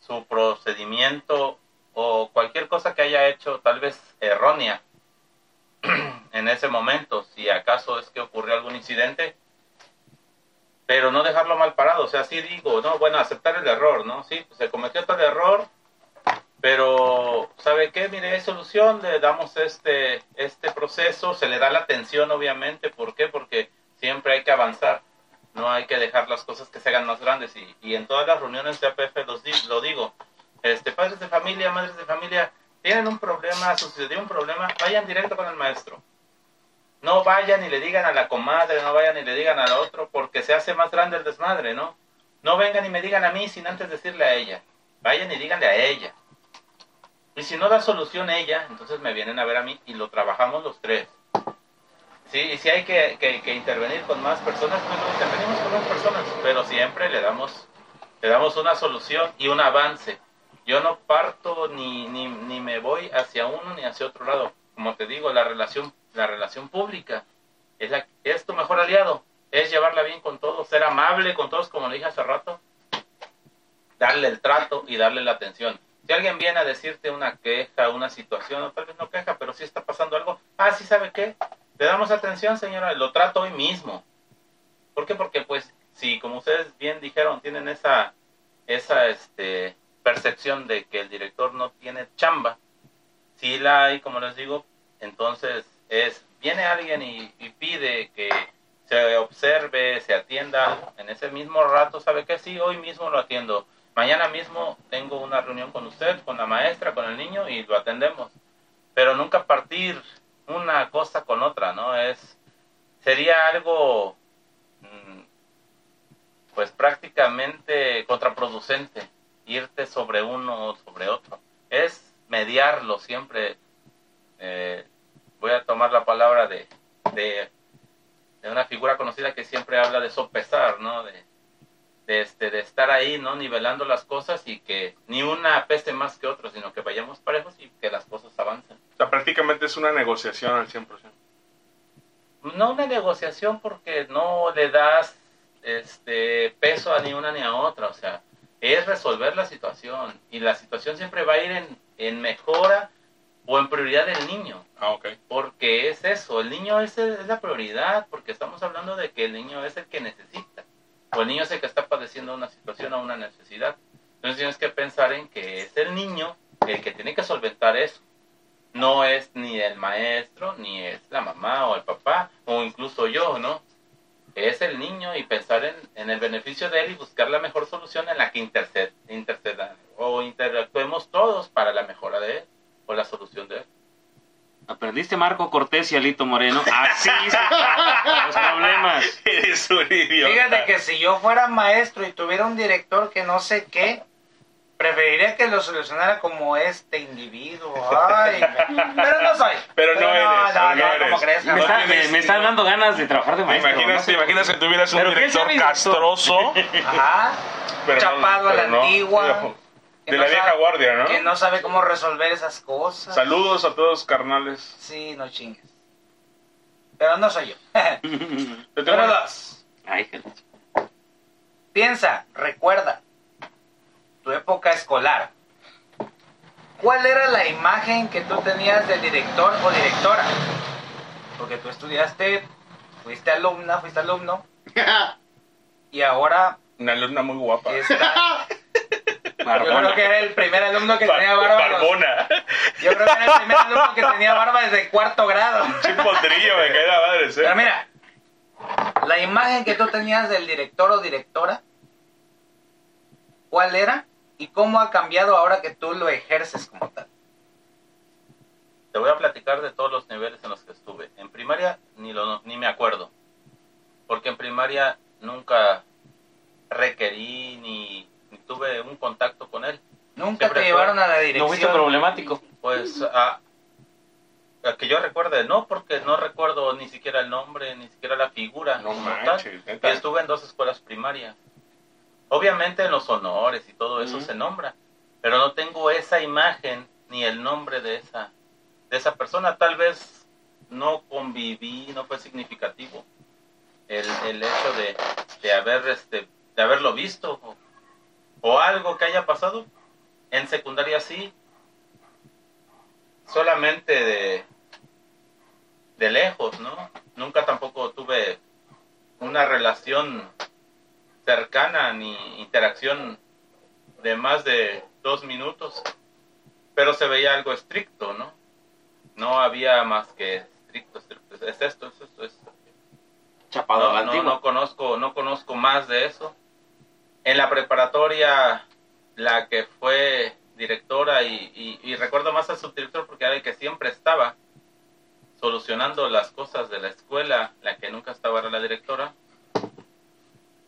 S5: su procedimiento o cualquier cosa que haya hecho tal vez errónea en ese momento, si acaso es que ocurrió algún incidente, pero no dejarlo mal parado, o sea, sí digo, no, bueno, aceptar el error, ¿no? Sí, pues, se cometió tal error, pero ¿sabe qué? Mire, hay solución, le damos este, este proceso, se le da la atención, obviamente, ¿por qué? Porque siempre hay que avanzar, no hay que dejar las cosas que se hagan más grandes, y, y en todas las reuniones de APF los di- lo digo, este, padres de familia, madres de familia, tienen un problema, sucedió un problema, vayan directo con el maestro. No vayan y le digan a la comadre, no vayan y le digan al otro, porque se hace más grande el desmadre, ¿no? No vengan y me digan a mí sin antes decirle a ella. Vayan y díganle a ella. Y si no da solución ella, entonces me vienen a ver a mí y lo trabajamos los tres. Sí, y si hay que, que- que intervenir con más personas, pues no intervenimos con más personas, pero siempre le damos, le damos una solución y un avance yo no parto ni, ni, ni me voy hacia uno ni hacia otro lado. Como te digo, la relación, la relación pública es, la, es tu mejor aliado. Es llevarla bien con todos, ser amable con todos, como le dije hace rato. Darle el trato y darle la atención. Si alguien viene a decirte una queja, una situación, o tal vez no queja, pero sí está pasando algo, ah, sí sabe qué, le damos atención, señora, lo trato hoy mismo. ¿Por qué? Porque pues, si como ustedes bien dijeron, tienen esa, esa, este, percepción de que el director no tiene chamba, si la hay, como les digo, entonces es, viene alguien y, y pide que se observe, se atienda, en ese mismo rato, ¿sabe que Sí, hoy mismo lo atiendo. Mañana mismo tengo una reunión con usted, con la maestra, con el niño y lo atendemos. Pero nunca partir una cosa con otra, ¿no? Es, sería algo, mm, pues prácticamente contraproducente irte sobre uno o sobre otro. Es mediarlo siempre. Eh, voy a tomar la palabra de, de, de una figura conocida que siempre habla de sopesar, ¿no? De, de, este, de estar ahí, ¿no? Nivelando las cosas y que ni una peste más que otra, sino que vayamos parejos y que las cosas avancen.
S1: O sea, prácticamente es una negociación al 100%.
S5: No una negociación porque no le das este peso a ni una ni a otra, o sea, es resolver la situación y la situación siempre va a ir en, en mejora o en prioridad del niño,
S1: Ah, ok.
S5: porque es eso, el niño es, el- es la prioridad, porque estamos hablando de que el niño es el que necesita, o el niño es el que está padeciendo una situación o una necesidad. Entonces tienes que pensar en que es el niño el que tiene que solventar eso. No es ni el maestro, ni es la mamá o el papá, o incluso yo, ¿no? Es el niño y pensar en, en el beneficio de él y buscar la mejor solución en la que interced, intercedan o interactuemos todos para la mejora de él o la solución de él.
S4: Aprendiste Marco Cortés y Alito Moreno. Así se tratan los problemas.
S1: Eres un idiota.
S2: Fíjate que si yo fuera maestro y tuviera un director que no sé qué, preferiría que lo solucionara como este individuo. Ay, pero no soy.
S1: Pero no eres,
S2: No, no,
S1: no
S2: no,
S1: eres.
S2: ¿cómo crees?
S1: No
S4: Me está, me,
S1: tienes-
S4: me está dando ganas de trabajar de
S1: ¿Te
S4: maestro.
S1: imaginas, te imaginas que tuvieras un
S4: Pero ¿qué
S1: director
S4: sea mi director?
S1: castroso?
S2: Ajá.
S1: pero no-
S2: Chapado a la
S1: pero no,
S2: antigua.
S1: viejo.
S2: Que
S1: De
S2: no
S1: la vieja
S2: sabe-
S1: guardia, ¿no?
S2: Que no sabe cómo resolver esas cosas.
S1: Saludos a todos, carnales.
S2: Sí, no chingues. Pero no soy yo.
S4: ¿no?
S1: Te tengo
S2: Número
S1: una-
S2: dos.
S4: Ay, qué leche.
S2: Piensa, recuerda tu época escolar. ¿Cuál era la imagen que tú tenías del director o directora? Porque tú estudiaste, fuiste alumna, fuiste alumno y ahora
S1: una alumna muy guapa.
S2: está. Yo
S4: Barbona.
S2: creo que era el primer alumno que tenía
S1: Bar-
S2: barba. a los-
S1: Barbona.
S2: Yo creo que era el primer alumno que tenía barba desde cuarto grado.
S1: Chipotrillo, me cae la madre, ¿eh?
S2: Pero mira, la imagen que tú tenías del director o directora, ¿cuál era? ¿Y cómo ha cambiado ahora que tú lo ejerces como tal?
S5: Te voy a platicar de todos los niveles en los que estuve. En primaria ni, lo, ni me acuerdo, porque en primaria nunca requerí ni, ni tuve un contacto con él.
S2: Nunca
S5: Siempre
S2: te
S5: fue-
S2: llevaron a la
S4: No fuiste
S2: dirección.
S4: problemático.
S5: Pues a, a que yo recuerde, no, porque no recuerdo ni siquiera el nombre, ni siquiera la figura.
S1: No
S5: como tal.
S1: manches,
S5: Y
S1: neta.
S5: estuve en dos escuelas primarias. Obviamente en los honores y todo eso
S4: Ujú.
S5: se nombra, pero no tengo esa imagen ni el nombre de esa de esa persona. Tal vez no conviví, no fue significativo el, el hecho de, de haber este, de haberlo visto o, o algo que haya pasado. En secundaria sí, solamente de, de lejos, ¿no? Nunca tampoco tuve una relación cercana ni interacción de más de dos minutos, pero se veía algo estricto, ¿no? No había más que estricto, estricto, es esto, es esto, es esto.
S4: Chapado a
S5: No,
S4: la
S5: no,
S4: antigua.
S5: no conozco, no conozco más de eso. En la preparatoria, la que fue directora y, y- y recuerdo más al subdirector porque era el que siempre estaba solucionando las cosas de la escuela, la que nunca estaba era la directora.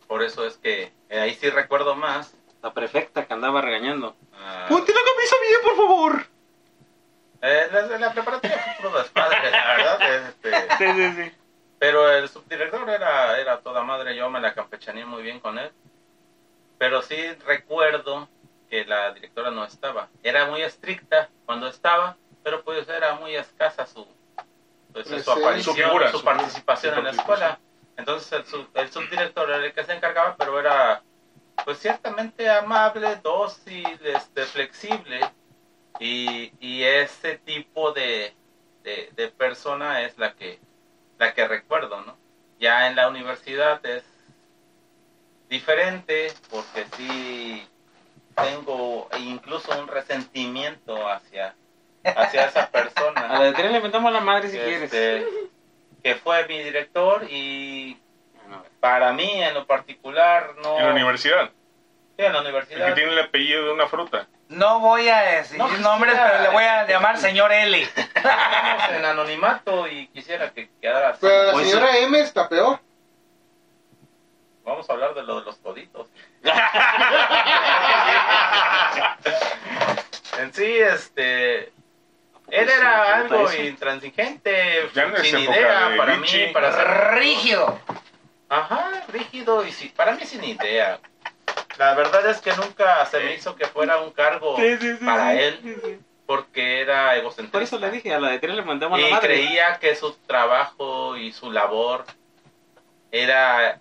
S5: Por eso es que eh, ahí sí recuerdo más.
S4: La prefecta que andaba regañando.
S5: ah,
S4: ¡Ponte la camisa bien, por favor!
S5: eh, la, la preparatoria fue puro desmadre, la verdad. este,
S4: Sí, sí, sí.
S5: Pero el subdirector era, era toda madre, yo me la campechaneé muy bien con él. Pero sí recuerdo que la directora no estaba. Era muy estricta cuando estaba, pero pues era muy escasa su, pues, su
S3: Presencia.
S5: aparición,
S1: Su figura,
S5: su,
S1: su-
S5: participación
S1: su
S5: en la escuela. Entonces el, sub- el subdirector era el que se encargaba, pero era pues ciertamente amable, dócil, este, flexible. Y, y ese tipo de, de, de persona es la que la que recuerdo, ¿no? Ya en la universidad es diferente porque sí tengo incluso un resentimiento hacia, hacia esa
S4: A
S5: persona
S4: la de tres le metamos la madre si quieres.
S5: este, que fue mi director y
S4: No,
S5: para mí en lo particular no...
S1: En la universidad.
S5: Sí, en la
S1: El que
S5: universidad.
S1: tiene el apellido de una fruta.
S2: No voy a decir
S5: No, este,
S2: nombres,
S5: quisiera-
S2: pero le voy a llamar señor L.
S5: Estamos en anonimato y quisiera que quedara así.
S3: Pero la
S4: Pues
S3: señora M está peor.
S5: Vamos a hablar de lo de los coditos. en sí, este. Él
S4: Pues,
S5: era algo intransigente,
S1: Ya en esa
S5: sin
S1: época
S5: idea
S1: de
S5: para
S1: Vichy.
S5: mí, para ser
S2: Rígido.
S5: Ajá, rígido y sin- para mí sin idea. La verdad es que nunca se me hizo que fuera un cargo
S4: Sí, sí, sí,
S5: para
S4: sí,
S5: él
S4: sí, sí.
S5: porque era
S4: Por eso
S5: egocentrista.
S4: le dije, a la de tres le mandamos la
S5: y
S4: madre.
S5: creía que su trabajo y su labor era,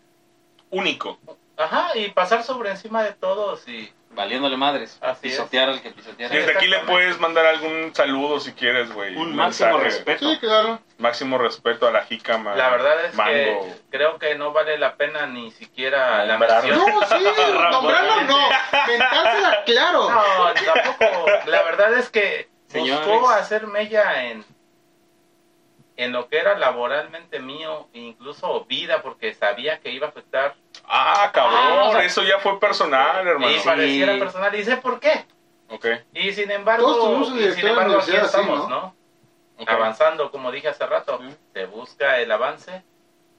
S1: Único.
S5: ajá, y pasar sobre encima de todos y
S4: Valiéndole madres.
S5: Así es.
S4: pisotear al que pisoteara.
S5: Sí.
S1: Desde aquí le puedes mandar algún saludo si quieres, güey.
S4: Un
S1: mensaje.
S4: máximo respeto.
S3: Sí, claro.
S1: Máximo respeto a la jícama.
S5: La verdad es
S1: mango.
S5: que creo que no vale la pena ni siquiera la
S1: Nombrarlo.
S5: mención.
S3: No, sí, nombrarlo no. Mentársela, claro.
S5: No, tampoco. La verdad es que buscó
S4: Señores.
S5: hacer mella en en lo que era laboralmente mío, incluso vida, porque sabía que iba a afectar
S1: Ah, cabrón.
S4: Ah, o sea-
S1: eso ya fue personal, hermano.
S5: y
S4: Sí.
S5: pareciera personal. Y sé por qué.
S1: Ok.
S5: Y sin embargo,
S3: Todos tuvimos un
S5: y
S3: director
S5: sin
S3: de
S5: embargo aquí
S3: universidad así,
S5: estamos,
S3: ¿no?
S5: ¿no?
S1: ok.
S5: avanzando, como dije hace rato,
S4: Ujú.
S5: se busca el avance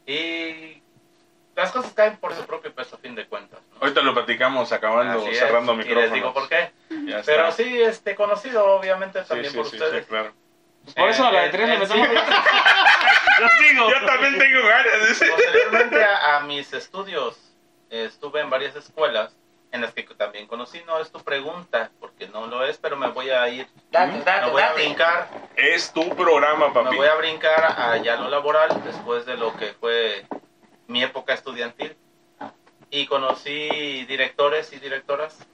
S5: y las cosas caen por su propio peso, a fin de cuentas. ¿no?
S1: Ahorita lo platicamos acabando,
S5: Así es,
S1: cerrando
S5: y
S1: micrófonos.
S5: les digo por qué.
S1: Ya está.
S5: Pero sí, este, conocido obviamente
S1: Sí,
S5: también
S1: sí,
S5: por
S1: sí,
S5: ustedes.
S1: sí, claro.
S4: Por eso a la de
S5: Eh,
S4: tres
S5: eh,
S4: le metemos
S5: sí.
S4: Yo sigo.
S1: Yo también tengo ganas. dice.
S5: Posteriormente a, a mis estudios, eh, estuve en varias escuelas en las que también conocí. No es tu pregunta, porque no lo es, pero me voy a ir,
S2: Date,
S5: me
S2: date,
S5: voy a
S2: date.
S5: brincar
S1: Es tu programa,
S5: Me
S1: papi.
S5: voy a brincar allá lo laboral después de lo que fue mi época estudiantil. Y conocí directores y directoras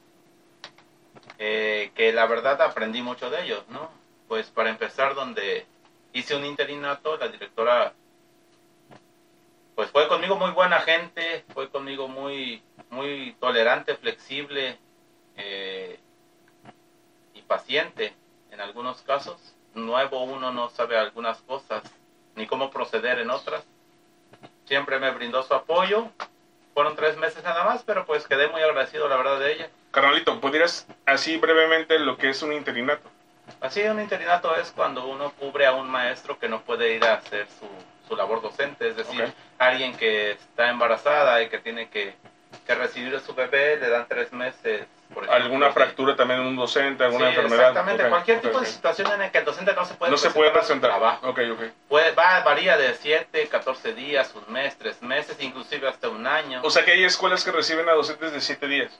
S5: eh, que la verdad aprendí mucho de ellos, ¿no? Pues para empezar, donde hice un interinato, la directora pues fue conmigo muy buena gente, fue conmigo muy, muy tolerante, flexible eh, y paciente en algunos casos. Nuevo uno no sabe algunas cosas, ni cómo proceder en otras. Siempre me brindó su apoyo. Fueron tres meses nada más, pero pues quedé muy agradecido, la verdad, de ella.
S1: Carnalito, ¿pudieras así brevemente lo que es un interinato?
S5: Así un interinato es cuando uno cubre a un maestro que no puede ir a hacer su, su labor docente, es decir,
S1: Ok.
S5: alguien que está embarazada y que tiene que, que recibir a su bebé, le dan tres meses. por ejemplo,
S1: ¿Alguna
S5: de-
S1: fractura también en un docente?
S5: Sí,
S1: ¿Alguna enfermedad?
S5: Exactamente,
S1: Ok,
S5: cualquier
S1: ok,
S5: tipo
S1: ok.
S5: de situación en la que el docente no se puede
S1: No se puede
S5: a su
S1: presentar.
S5: trabajo.
S1: Ok, ok.
S5: Puede, Pues va, varía de 7, 14 días, un mes, tres meses, inclusive hasta un año.
S1: O sea que hay escuelas que reciben a docentes de siete días.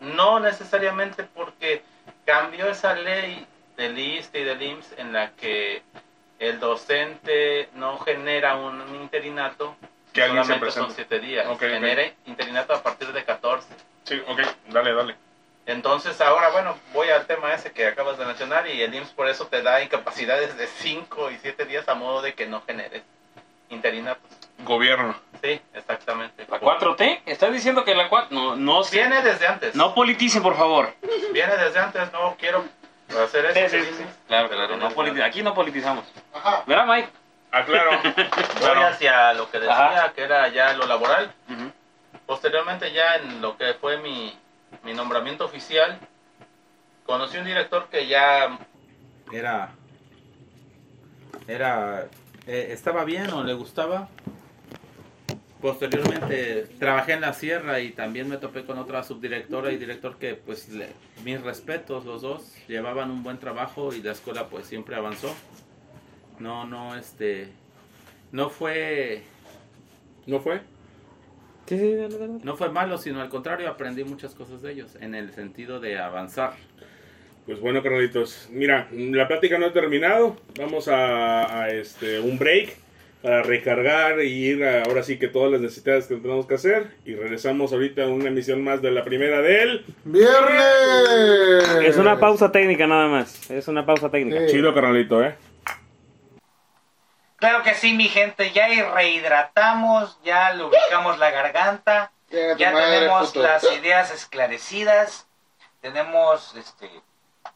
S5: No necesariamente porque cambió esa ley del ISTE y del IMSS en la que el docente no genera un interinato,
S1: Que alguien se
S5: solamente son
S1: presente.
S5: siete días.
S1: Ok, ok.
S5: Genera interinato a partir de 14.
S1: Sí, ok, dale, dale.
S5: Entonces, ahora, bueno, voy al tema ese que acabas de mencionar y el IMSS por eso te da incapacidades de 5 y 7 días a modo de que no generes interinatos.
S1: Gobierno.
S5: Sí, exactamente.
S4: La 4T, ¿estás diciendo que la 4 no no sé.
S5: Viene desde antes.
S4: No politicen, por favor.
S5: Viene desde antes, no quiero hacer
S4: Sí,
S5: eso.
S4: sí,
S5: que
S4: sí.
S5: dices.
S4: Claro, claro, no
S5: Viene
S4: politi-
S5: desde antes.
S4: aquí no politizamos.
S3: Ajá.
S4: ¿Verdad, Mike?
S1: Aclaro.
S5: Voy
S1: claro.
S5: hacia lo que decía,
S4: Ajá.
S5: que era ya lo laboral.
S4: Ujú.
S5: Posteriormente, ya en lo que fue mi, mi nombramiento oficial, conocí un director que ya
S6: era era eh, estaba bien o le gustaba posteriormente trabajé en la sierra y también me topé con otra subdirectora y director que pues le- mis respetos los dos llevaban un buen trabajo y la escuela pues siempre avanzó no no este no fue
S7: ¿No fue? Sí, sí, dale, dale.
S6: no fue malo sino al contrario aprendí muchas cosas de ellos en el sentido de avanzar
S7: Pues bueno, carnalitos. Mira, la plática no ha terminado. Vamos a, a, este, un break para recargar y ir a- ahora sí que todas las necesidades que tenemos que hacer. Y regresamos ahorita a una emisión más de la primera del...
S3: Viernes.
S8: Es una pausa técnica nada más. Es una pausa técnica.
S3: Sí.
S7: Chido, carnalito, ¿eh?
S2: Claro que sí, mi gente, ya y rehidratamos, ya lubricamos la garganta,
S3: Llega tu
S2: ya
S3: madre,
S2: tenemos
S3: puto.
S2: las ideas esclarecidas, tenemos este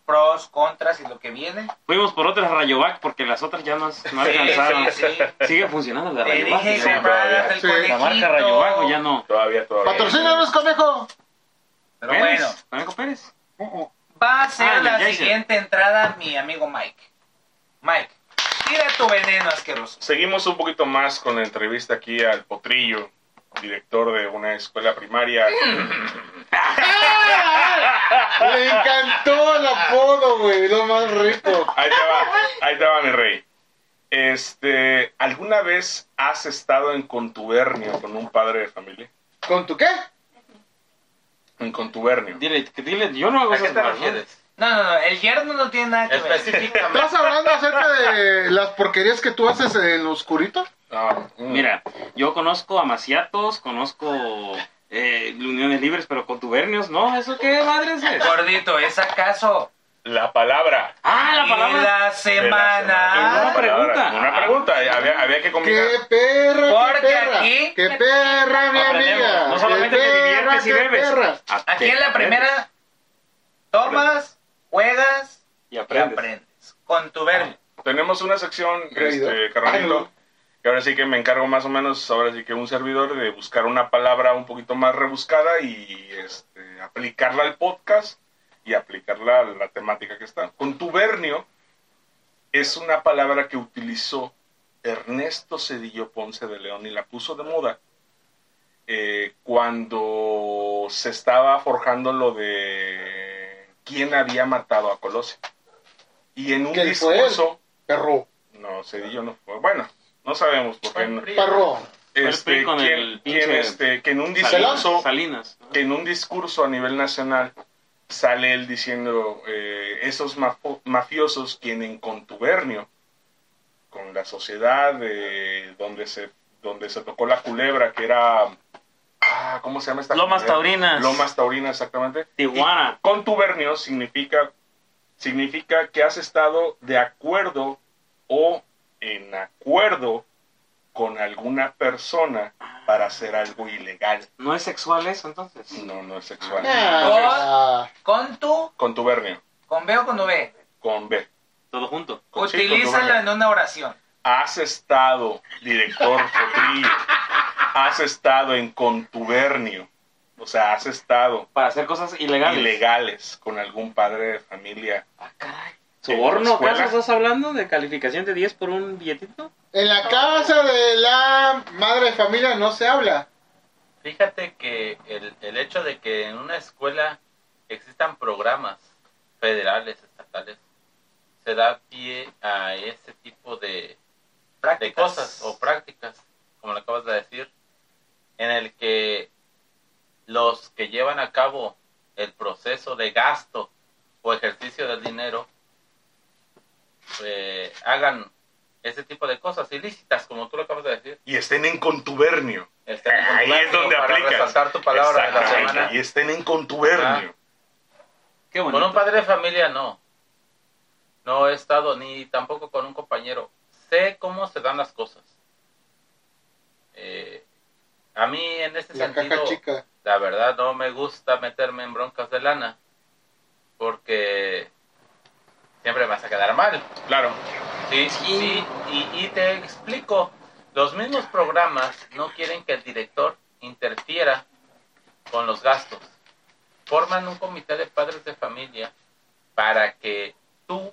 S2: pros, contras y lo que viene.
S4: Fuimos por otras Rayovac porque las otras ya no, no
S2: Sí,
S4: alcanzaron.
S2: sí, sí.
S4: Sigue funcionando la
S2: Te
S4: Rayovac.
S2: dije
S1: sí,
S4: La
S2: compradas el
S3: sí.
S2: conejito.
S4: la marca Rayovac ya no.
S1: Todavía, todavía.
S3: Patrocínanos, conejo.
S2: Pero bueno,
S4: Pérez, Paneco Pérez.
S3: Uh-uh.
S2: va a ser
S4: Ah,
S2: la
S4: ya hice.
S2: siguiente entrada mi amigo Mike. Mike, tira tu veneno asqueroso.
S1: Seguimos un poquito más con la entrevista aquí al Potrillo, director de una escuela primaria.
S3: Le encantó el apodo, güey. Lo más rico.
S1: Ahí te va, ahí te va, mi rey. Este, ¿alguna vez has estado en contubernio con un padre de familia?
S3: ¿Con tu qué?
S1: En contubernio.
S4: Dile, que dile, yo no hago
S5: ¿A qué
S4: esas
S5: te
S4: cosas, ¿no?
S5: refieres?
S2: No, no, no, el yerno no tiene nada que ver.
S5: Específicamente.
S3: ¿Estás hablando acerca de las porquerías que tú haces en lo oscurito?
S1: Ah, mm.
S4: Mira, yo conozco a Maciatos, conozco eh, Uniones Libres, pero contubernios, ¿no? ¿Eso qué madres es?
S2: Gordito, ¿es acaso
S1: La palabra.
S4: Ah, la
S2: en
S4: palabra.
S2: la semana?
S4: semana. Una pregunta.
S1: Una pregunta. Había, había que combinar.
S3: ¡Qué perra!
S2: Porque
S3: ¡Qué perra!
S2: aquí-
S3: ¡Qué perra, mi
S4: Aprendemos.
S3: amiga!
S4: No solamente
S3: ¡Qué
S4: te
S3: perra,
S4: diviertes y
S3: qué
S4: bebes.
S3: perra!
S4: a-
S2: Aquí
S4: te
S2: en la
S4: aprendes
S2: primera tomas, juegas
S4: Y
S2: y
S4: aprendes. Ah,
S2: aprendes. Con tu verbo.
S1: Tenemos una sección,
S3: Creído.
S1: este, carnalito, que ahora sí que me encargo más o menos, ahora sí que un servidor, de buscar una palabra un poquito más rebuscada y este, aplicarla al podcast y aplicarla a la temática que está. Contubernio es una palabra que utilizó Ernesto Cedillo Ponce de León y la puso de moda eh, cuando se estaba forjando lo de quién había matado a Colosio. Y en un
S3: Que fue él.
S1: discurso...
S3: Perro,
S1: No, Cedillo no fue. Bueno, no sabemos por qué. no.
S3: perro.
S4: el
S1: Este,
S4: PRI con
S1: quién-
S4: el
S1: quién,
S4: pinche
S1: este, que en un
S4: Salinas.
S1: discurso,
S4: Salinas.
S1: que en un discurso a nivel nacional sale él diciendo eh, esos mafo- mafiosos quienes en contubernio con la sociedad eh, donde se donde se tocó la culebra que era ah, ¿cómo se llama esta?
S4: Lomas
S1: culebra?
S4: Taurinas.
S1: Lomas Taurinas exactamente.
S4: Tijuana.
S1: Contubernio significa, significa que has estado de acuerdo o en acuerdo con alguna persona para hacer algo ilegal.
S4: ¿No es sexual eso entonces?
S1: No, no es sexual.
S3: Ah,
S2: Con tu,
S1: Contubernio,
S2: con B o con V.
S1: con B.
S4: Todo junto.
S1: Con- sí,
S2: Utilízalo
S1: contubernio.
S2: en una oración.
S1: Has estado, director Potrillo, has estado en contubernio. O sea, has estado
S4: Para hacer cosas ilegales.
S1: ilegales con algún padre de familia.
S4: Ah, caray.
S1: ¿En la
S4: ¿Soborno?
S1: escuela?
S4: ¿Acaso estás hablando de calificación de 10 por un billetito?
S3: en la casa de la madre de familia no se habla.
S5: Fíjate que el, el hecho de que en una escuela existan programas federales, estatales, se da pie a ese tipo de, de
S2: Prácticas.
S5: cosas o prácticas, como lo acabas de decir, en el que los que llevan a cabo el proceso de gasto o ejercicio del dinero eh, hagan ese tipo de cosas ilícitas, como tú lo acabas de decir.
S1: Y estén en contubernio.
S5: El tema
S1: Eh, Ahí es
S5: contubernio,
S1: donde
S5: para
S1: aplicas.
S5: resaltar tu palabra de la
S1: Exactamente,
S5: semana.
S1: Y estén en contubernio.
S4: Qué
S5: Con
S4: bonito.
S5: un padre de familia no. No he estado ni tampoco con un compañero. Sé cómo se dan las cosas. Eh, a mí en este
S3: La
S5: sentido,
S3: caja chica.
S5: la verdad no me gusta meterme en broncas de lana porque siempre me vas a quedar mal.
S1: Ah, Claro.
S5: Sí, sí, y, y te explico. Los mismos programas no quieren que el director interfiera con los gastos. Forman un comité de padres de familia para que tú,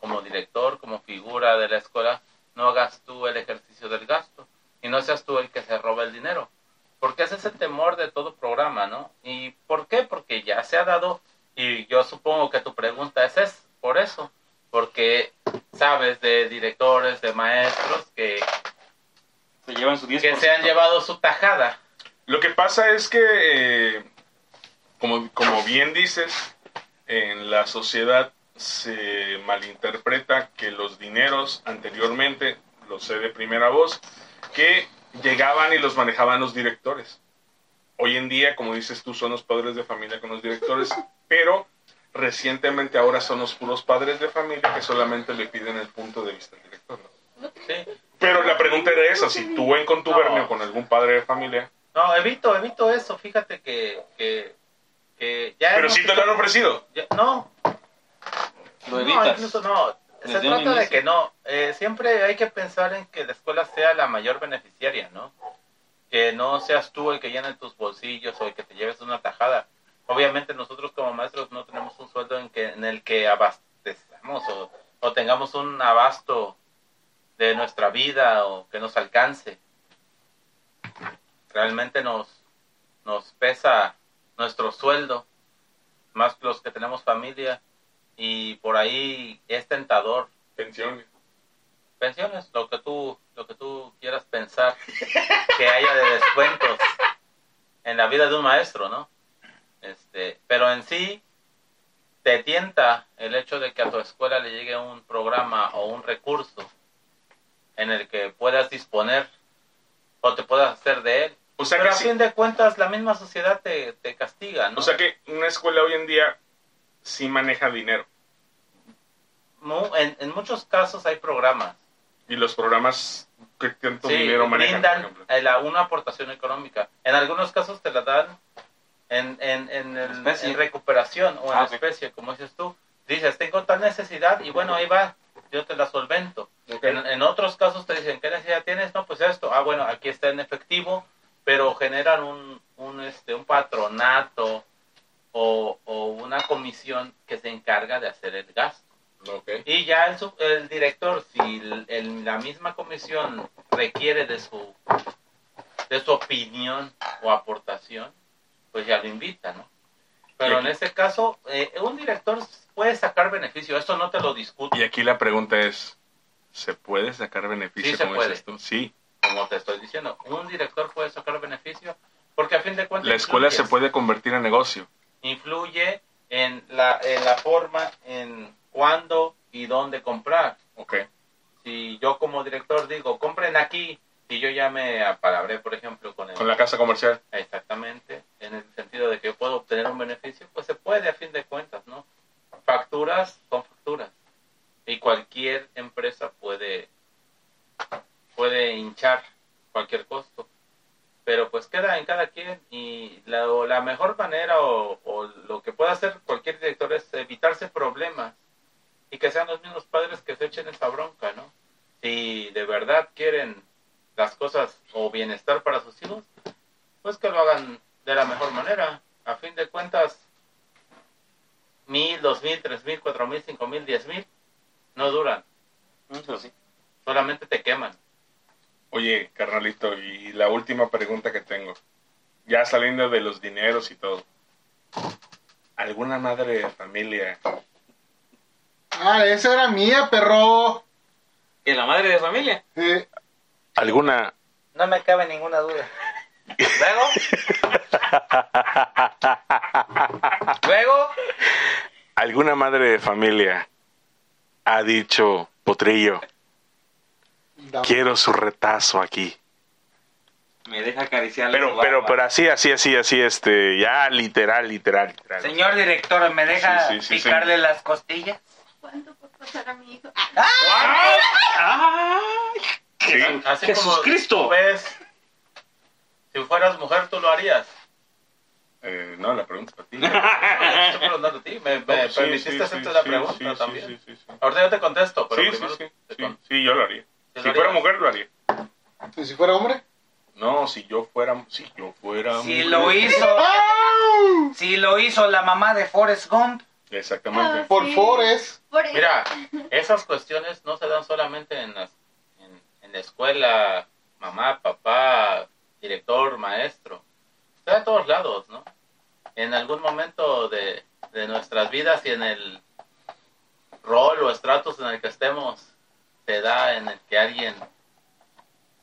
S5: como director, como figura de la escuela, no hagas tú el ejercicio del gasto y no seas tú el que se roba el dinero. Porque ese es el temor de todo programa, ¿no? ¿Y por qué? Porque ya se ha dado, y yo supongo que tu pregunta es, es por eso, porque sabes de directores, de maestros que,
S4: Se llevan su 10%.
S5: que se han llevado su tajada.
S1: Lo que pasa es que, eh, como, como bien dices, en la sociedad se malinterpreta que los dineros anteriormente, lo sé de primera voz, que llegaban y los manejaban los directores. Hoy en día, como dices tú, son los padres de familia con los directores, pero recientemente ahora son los puros padres de familia que solamente le piden el punto de vista del director. ¿no?
S5: ¿sí?
S1: Pero la pregunta era esa, si tú en contubernio con algún padre de familia,
S5: No, evito, evito eso, fíjate que, que, que ya...
S1: pero
S5: hemos-
S1: sí te lo han ofrecido.
S5: ya- no,
S4: Lo
S5: no,
S4: evitas.
S5: incluso no. Se
S4: Desde un
S5: trata de
S4: inicio.
S5: que no. Eh, siempre hay que pensar en que la escuela sea la mayor beneficiaria, ¿no? Que no seas tú el que llene tus bolsillos o el que te lleves una tajada. Obviamente nosotros como maestros no tenemos un sueldo en, que, en el que abastezamos o, o tengamos un abasto de nuestra vida o que nos alcance. Realmente nos, nos pesa nuestro sueldo, más los que tenemos familia y por ahí es tentador
S1: Pensiones.
S5: pensiones lo que tú lo que tú quieras pensar que haya de descuentos en la vida de un maestro no este pero en sí te tienta el hecho de que a tu escuela le llegue un programa o un recurso en el que puedas disponer o te puedas hacer de él
S1: O sea
S5: pero
S1: que
S5: a
S1: sí.
S5: fin de cuentas la misma sociedad te, te castiga no
S1: O sea que una escuela hoy en día sí maneja dinero.
S5: Mu- en, en muchos casos hay programas
S1: Y los programas que tanto
S5: Sí,
S1: dinero manejan, por
S5: brindan eh,
S1: ejemplo.
S5: el- una aportación económica. En algunos casos te la dan en, en, en, el-
S4: Especie.
S5: en recuperación o en
S4: Ah, ok.
S5: especie, como dices tú. Dices, tengo tal necesidad y bueno, ahí va, yo te la solvento.
S1: Ok.
S5: En, en otros casos te dicen, ¿qué necesidad tienes? No, pues esto. Ah, bueno, aquí está en efectivo, pero generan un, un, este, un patronato o, o una comisión que se encarga de hacer el gasto. Y ya el, su- el director, si el- el- la misma comisión requiere de su, de su opinión o aportación, pues ya lo invita, ¿no? Pero en este caso, eh, un director puede sacar beneficio, eso no te lo discuto,
S1: Y aquí la pregunta es, ¿se puede sacar beneficio
S5: Sí, se
S1: como
S5: puede.
S1: dices tú? Sí.
S5: como te estoy diciendo. Un director puede sacar beneficio porque a fin de cuentas...
S1: La escuela se
S5: influyes.
S1: puede convertir en negocio.
S5: Influye en la, en la forma, en cuándo y dónde comprar.
S1: Ok.
S5: si yo como director digo, compren aquí, y yo ya me apalabré, por ejemplo, con el...
S1: Con la casa comercial.
S5: Exactamente, en el sentido de que yo puedo obtener un beneficio, pues se puede a fin de cuentas, ¿no? Facturas con facturas. Y cualquier empresa puede, puede hinchar cualquier costo. Pero pues queda en cada quien y la, o la mejor manera o, o lo que puede hacer cualquier director es evitarse problemas y que sean los mismos padres que se echen esa bronca, ¿no? Si de verdad quieren las cosas o bienestar para sus hijos, pues que lo hagan de la mejor manera. A fin de cuentas, mil, dos mil, tres mil, cuatro mil, cinco mil, diez mil, no duran,
S4: Eso sí.
S5: solamente te queman.
S1: Oye, carnalito, y la última pregunta que tengo. Ya saliendo de los dineros y todo. ¿Alguna madre de familia?
S3: Ah, esa era mía, perro.
S4: ¿Que la madre de familia?
S3: Eh,
S1: ¿Alguna?
S2: No me cabe ninguna duda.
S5: Luego,
S2: Luego,
S1: ¿Alguna madre de familia ha dicho, potrillo,
S3: Da-
S1: Quiero su retazo aquí.
S4: Me deja acariciar la
S1: Pero,
S4: barba.
S1: pero, pero así, así, así, este, ya literal, literal, literal.
S2: Señor director, ¿me deja
S1: Sí, sí, sí,
S2: picarle las costillas?
S5: ¿Cuánto por pasar a mi hijo?
S4: ¡Ay!
S1: Sí.
S9: Así
S4: Jesús
S9: como
S4: Cristo.
S9: tú ves, si fueras mujer, tú lo harías.
S1: Eh, no, la pregunta es para ti.
S9: No, yo te estoy preguntando a ti. Me, me
S1: Oh, Sí,
S9: permitiste
S1: sí,
S9: hacerte
S1: sí,
S9: la
S1: sí,
S9: pregunta
S1: sí, sí,
S9: también.
S1: sí, sí, sí.
S9: Ahorita yo te contesto, pero
S1: Sí, sí,
S9: primero
S1: sí,
S9: te
S1: sí,
S9: con-
S1: sí, yo lo haría.
S9: ¿Te lo
S1: Si fuera
S9: harías?
S1: mujer, lo haría.
S3: ¿Y pues, si fuera hombre?
S1: No, si yo fuera, si yo fuera
S2: Si
S1: mujer.
S2: lo hizo,
S3: Ah,
S2: si lo hizo la mamá de Forrest Gump,
S1: Exactamente.
S3: Por
S5: Sí.
S3: Forest.
S5: Por eso.
S9: Mira, esas cuestiones no se dan solamente en, las, en, en la escuela, mamá, papá, ah, director, maestro. Se da a todos lados, ¿no? En algún momento de, de nuestras vidas y en el rol o estratos en el que estemos, se da en el que alguien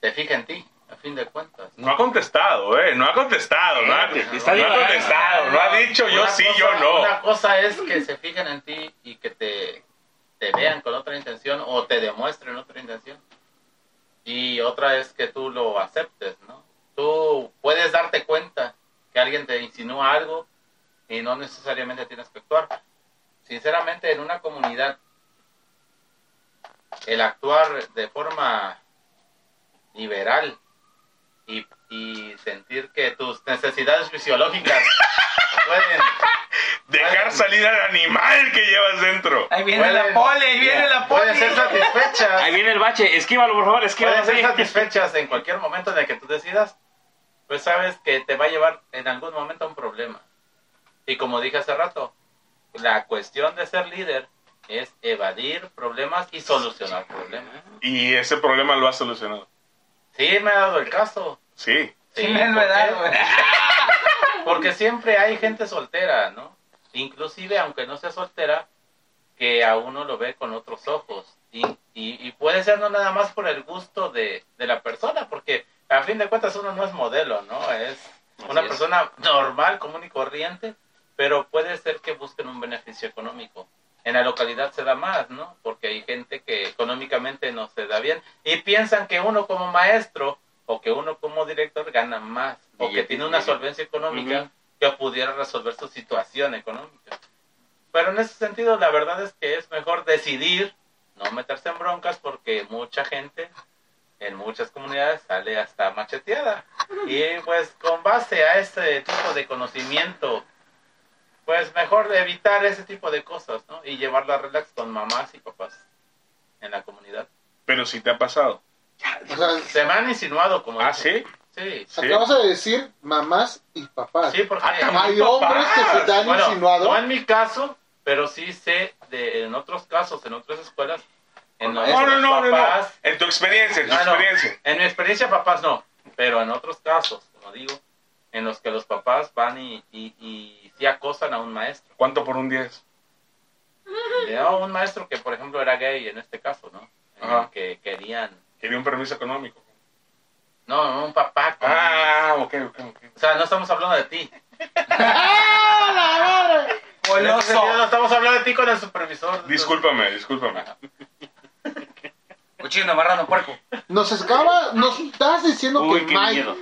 S9: se fija en ti, a fin de cuentas.
S1: No ha contestado, eh, no ha contestado, no ha,
S4: está
S1: no ha
S4: divagando.
S1: contestado, no ha dicho yo
S9: Eh, Una
S1: sí,
S9: cosa-
S1: yo no.
S9: Una cosa es que se fijen en ti y que te, te vean con otra intención o te demuestren otra intención. Y otra es que tú lo aceptes, ¿no? Tú puedes darte cuenta que alguien te insinúa algo y no necesariamente tienes que actuar. Sinceramente, en una comunidad, el actuar de forma liberal y, y sentir que tus necesidades fisiológicas pueden,
S1: Dejar salir al animal que llevas dentro.
S2: ahí viene
S9: Pueden-
S2: la pole, ahí viene la
S9: pueden
S2: pole.
S9: ser satisfechas.
S4: Ahí viene el bache. Esquívalo, por favor,
S9: pueden
S4: esquívalo.
S9: ser
S4: sí.
S9: satisfechas en cualquier momento en el que tú decidas, pues sabes que te va a llevar en algún momento a un problema. Y como dije hace rato, la cuestión de ser líder es evadir problemas y solucionar problemas.
S1: Y ese problema lo has solucionado.
S9: Sí, me ha dado el caso.
S1: Sí.
S2: Sí, me lo he
S9: ¿por qué?
S2: dado, güey.
S9: Porque siempre hay gente soltera, ¿no? Inclusive, aunque no sea soltera, que a uno lo ve con otros ojos. Y, y- y puede ser no nada más por el gusto de, de la persona, porque a fin de cuentas uno no es modelo, ¿no? Es una
S4: es.
S9: persona normal, común y corriente, pero puede ser que busquen un beneficio económico. En la localidad se da más, ¿no? Porque hay gente que económicamente no se da bien y piensan que uno como maestro o que uno como director gana más o que
S4: Billete,
S9: tiene una
S4: billete.
S9: solvencia económica que pudiera resolver su situación económica. Pero en ese sentido, la verdad es que es mejor decidir no meterse en broncas porque mucha gente en muchas comunidades sale hasta macheteada. Y pues con base a este tipo de conocimiento, pues mejor evitar ese tipo de cosas, ¿no? Y llevarla relax con mamás y papás en la comunidad.
S1: Pero si te ha pasado.
S3: O sea,
S9: Se me han insinuado como...
S1: Ah,
S9: dicen.
S1: sí.
S9: Sí,
S1: Sí.
S3: acabas de decir mamás y papás.
S9: sí, porque...
S1: Ah,
S3: Hay hombres que se te han
S9: Bueno,
S3: insinuado.
S9: no en mi caso, pero sí sé de, en otros casos, en otras escuelas, en los
S1: No, no, no, no, no.
S9: papás...
S1: En tu experiencia, en tu
S9: Ah, no.
S1: experiencia.
S9: En mi experiencia, papás no, pero en otros casos, como digo, en los que los papás van y, y, y sí acosan a un maestro.
S1: ¿Cuánto por un 10?
S9: Le da a un maestro que, por ejemplo, era gay en este caso, ¿no? En el
S1: Ajá.
S9: que querían...
S1: Quería un permiso económico.
S9: No, no, un papá. con-
S1: Ah, ok, ok, ok.
S9: O sea, no estamos hablando de ti.
S3: ¡Ah,
S9: En ese
S2: Goloso.
S9: sentido, no estamos hablando de ti con el supervisor.
S1: Discúlpame, discúlpame.
S2: Cochino, marrano, puerco.
S3: Nos acaba, nos estás diciendo
S4: Uy,
S3: que
S4: qué
S3: Mike
S4: miedo.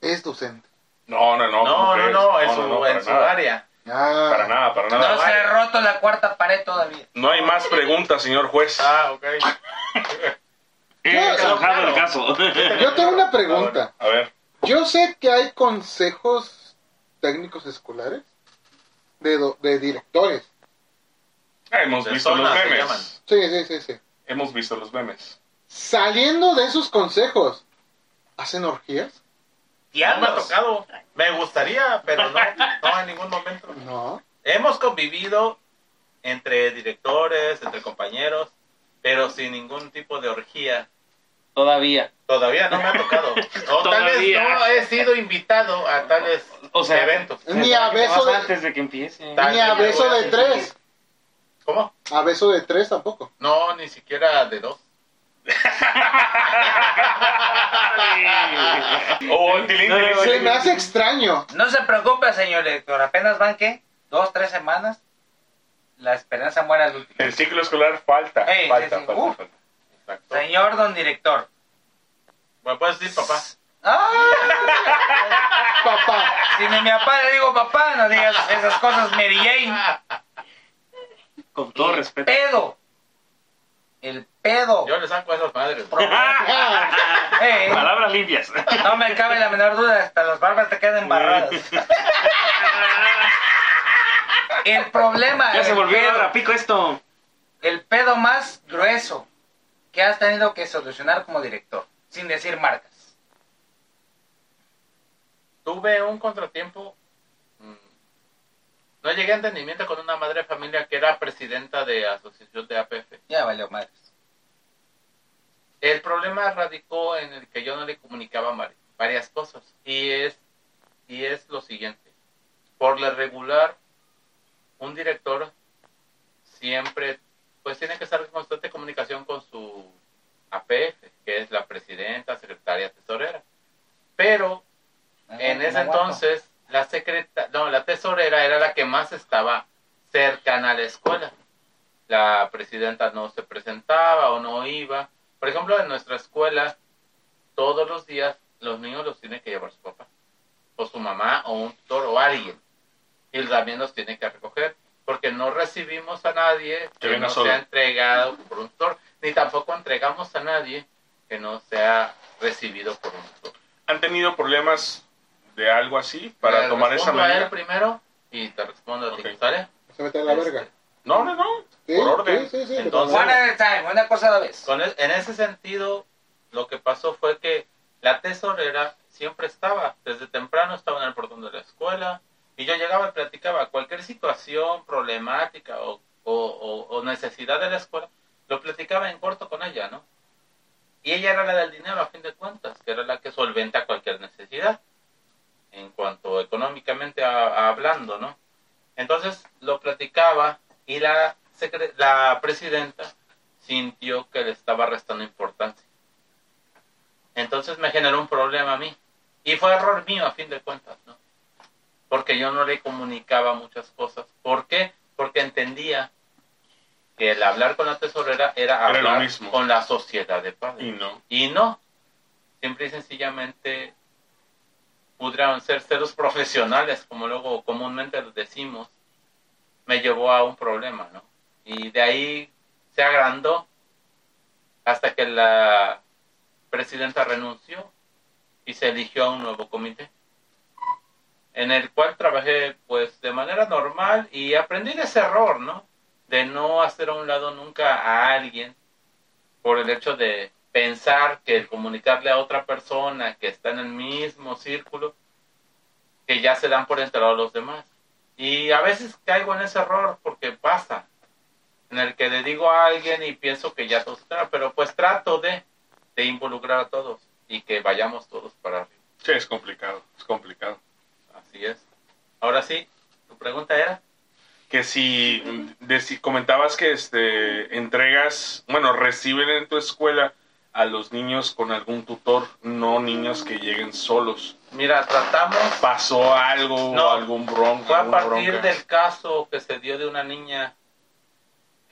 S3: es docente.
S1: No, no, no. ¿cómo
S9: No, no,
S1: crees?
S9: no, en su,
S1: para
S9: en su
S1: nada.
S9: área.
S3: Ah,
S1: Para nada, para
S2: No
S1: nada.
S2: se ha roto la cuarta pared todavía.
S1: No hay más preguntas, señor juez.
S9: Ah, ok.
S4: Eh,
S3: Yo-
S4: enojado el
S9: claro.
S4: caso.
S3: Yo tengo una pregunta.
S1: A ver.
S3: Yo sé que hay consejos técnicos escolares de, do- de directores.
S1: Ah, Hemos visto los
S9: Personas se llaman.
S1: memes.
S3: Sí, sí, sí, sí.
S1: Hemos visto los memes.
S3: Saliendo de esos consejos, ¿hacen orgías?
S9: No me ha
S2: Diablos.
S9: tocado. Me gustaría, pero no, no en ningún momento.
S3: No.
S9: Hemos convivido entre directores, entre compañeros, pero sin ningún tipo de orgía.
S4: Todavía.
S9: Todavía no me ha tocado. O tal vez
S4: Todavía.
S9: no he sido invitado a tales
S4: O sea,
S9: eventos.
S3: Ni a
S4: Te vas
S3: beso de,
S4: antes de que empiece.
S9: Ta-
S3: ni a beso de tres.
S9: ¿Cómo?
S3: A beso de tres tampoco.
S9: No, ni siquiera de dos.
S1: O Oh, el tilín,
S4: No, no,
S1: tilín.
S3: Se me hace extraño.
S2: No se preocupe, señor director. Apenas van, ¿qué? Dos, tres semanas. La esperanza muere al último.
S1: El ciclo escolar falta.
S2: Ey,
S1: falta,
S2: sí, sí.
S1: falta,
S2: Uh.
S1: falta.
S9: Exacto.
S2: Señor don director.
S9: Bueno, puedes decir papá.
S2: ¡Ah!
S3: Papá.
S2: Si ni a mi papá le digo papá, no digas esas cosas, Mary Jane.
S4: Con todo respeto.
S2: Pedo. El pedo.
S9: Yo le saco a esas madres.
S2: Eh,
S4: Ah, Palabras limpias.
S2: no me cabe la menor duda, hasta las barbas te quedan embarradas. El problema
S4: ya se
S2: el
S4: volvió
S2: pedo,
S4: rapico esto.
S2: el pedo más grueso que has tenido que solucionar como director, sin decir marcas.
S9: Tuve un contratiempo. mm, No llegué a entendimiento con una madre de familia que era presidenta de asociación de APF.
S2: Ya valió madres.
S9: El problema radicó en el que yo no le comunicaba vari- varias cosas. Y es, y es lo siguiente. Por lo regular, un director siempre pues tiene que estar en constante comunicación con su APF, que es la presidenta, secretaria, tesorera. Pero en ese entonces, la secreta, no, la tesorera era la que más estaba cercana a la escuela. La presidenta no se presentaba o no iba. Por ejemplo, en nuestra escuela, todos los días los niños los tiene que llevar su papá, o su mamá, o un tutor, o alguien. Y también los tiene que recoger, porque no recibimos a nadie
S1: Que
S9: que,
S1: venga
S9: no
S1: solo.
S9: sea entregado por un tutor, ni tampoco entregamos a nadie que no sea recibido por un tutor.
S1: ¿Han tenido problemas de algo así para
S9: Le
S1: tomar esa
S9: respondo a él
S1: medida?
S9: primero y te respondo a ti,
S1: Ok.
S9: ¿sale? Este,
S3: Se mete a la verga.
S1: No, no, no.
S3: Sí,
S1: Por orden.
S3: Sí, sí, sí.
S9: Entonces-
S2: One at a time, una cosa a la vez.
S9: Con el- en ese sentido, lo que pasó fue que la tesorera siempre estaba, desde temprano estaba en el portón de la escuela y yo llegaba y platicaba cualquier situación problemática o, o- o- o necesidad de la escuela, lo platicaba en corto con ella, ¿no? Y ella era la del dinero, a fin de cuentas, que era la que solventa cualquier necesidad, en cuanto económicamente a- a hablando, ¿no? Entonces lo platicaba y la, secre- la presidenta sintió que le estaba restando importancia. Entonces me generó un problema a mí. Y fue error mío a fin de cuentas, ¿no? Porque yo no le comunicaba muchas cosas. ¿Por qué? Porque entendía que el hablar con la tesorera era
S1: Era lo
S9: hablar
S1: mismo.
S9: con la sociedad de padres.
S1: Y no.
S9: Y no, simple y sencillamente pudieran ser ceros profesionales, como luego comúnmente lo decimos, me llevó a un problema, ¿no? Y de ahí se agrandó hasta que la presidenta renunció y se eligió a un nuevo comité, en el cual trabajé pues de manera normal y aprendí de ese error, ¿no? De no hacer a un lado nunca a alguien por el hecho de pensar que el comunicarle a otra persona que está en el mismo círculo, que ya se dan por enterados los demás. Y a veces caigo en ese error porque pasa, en el que le digo a alguien y pienso que ya todos están, pero pues trato de, de involucrar a todos y que vayamos todos para arriba.
S1: Sí, es complicado, es complicado.
S9: Así es. Ahora sí, tu pregunta era,
S1: Que si, mm, de- si comentabas que este, entregas, bueno, reciben en tu escuela a los niños con algún tutor, no niños que lleguen solos.
S9: mira, tratamos
S1: ¿Pasó algo
S9: No.
S1: algún bronco?
S9: Fue a partir del caso que se dio de una niña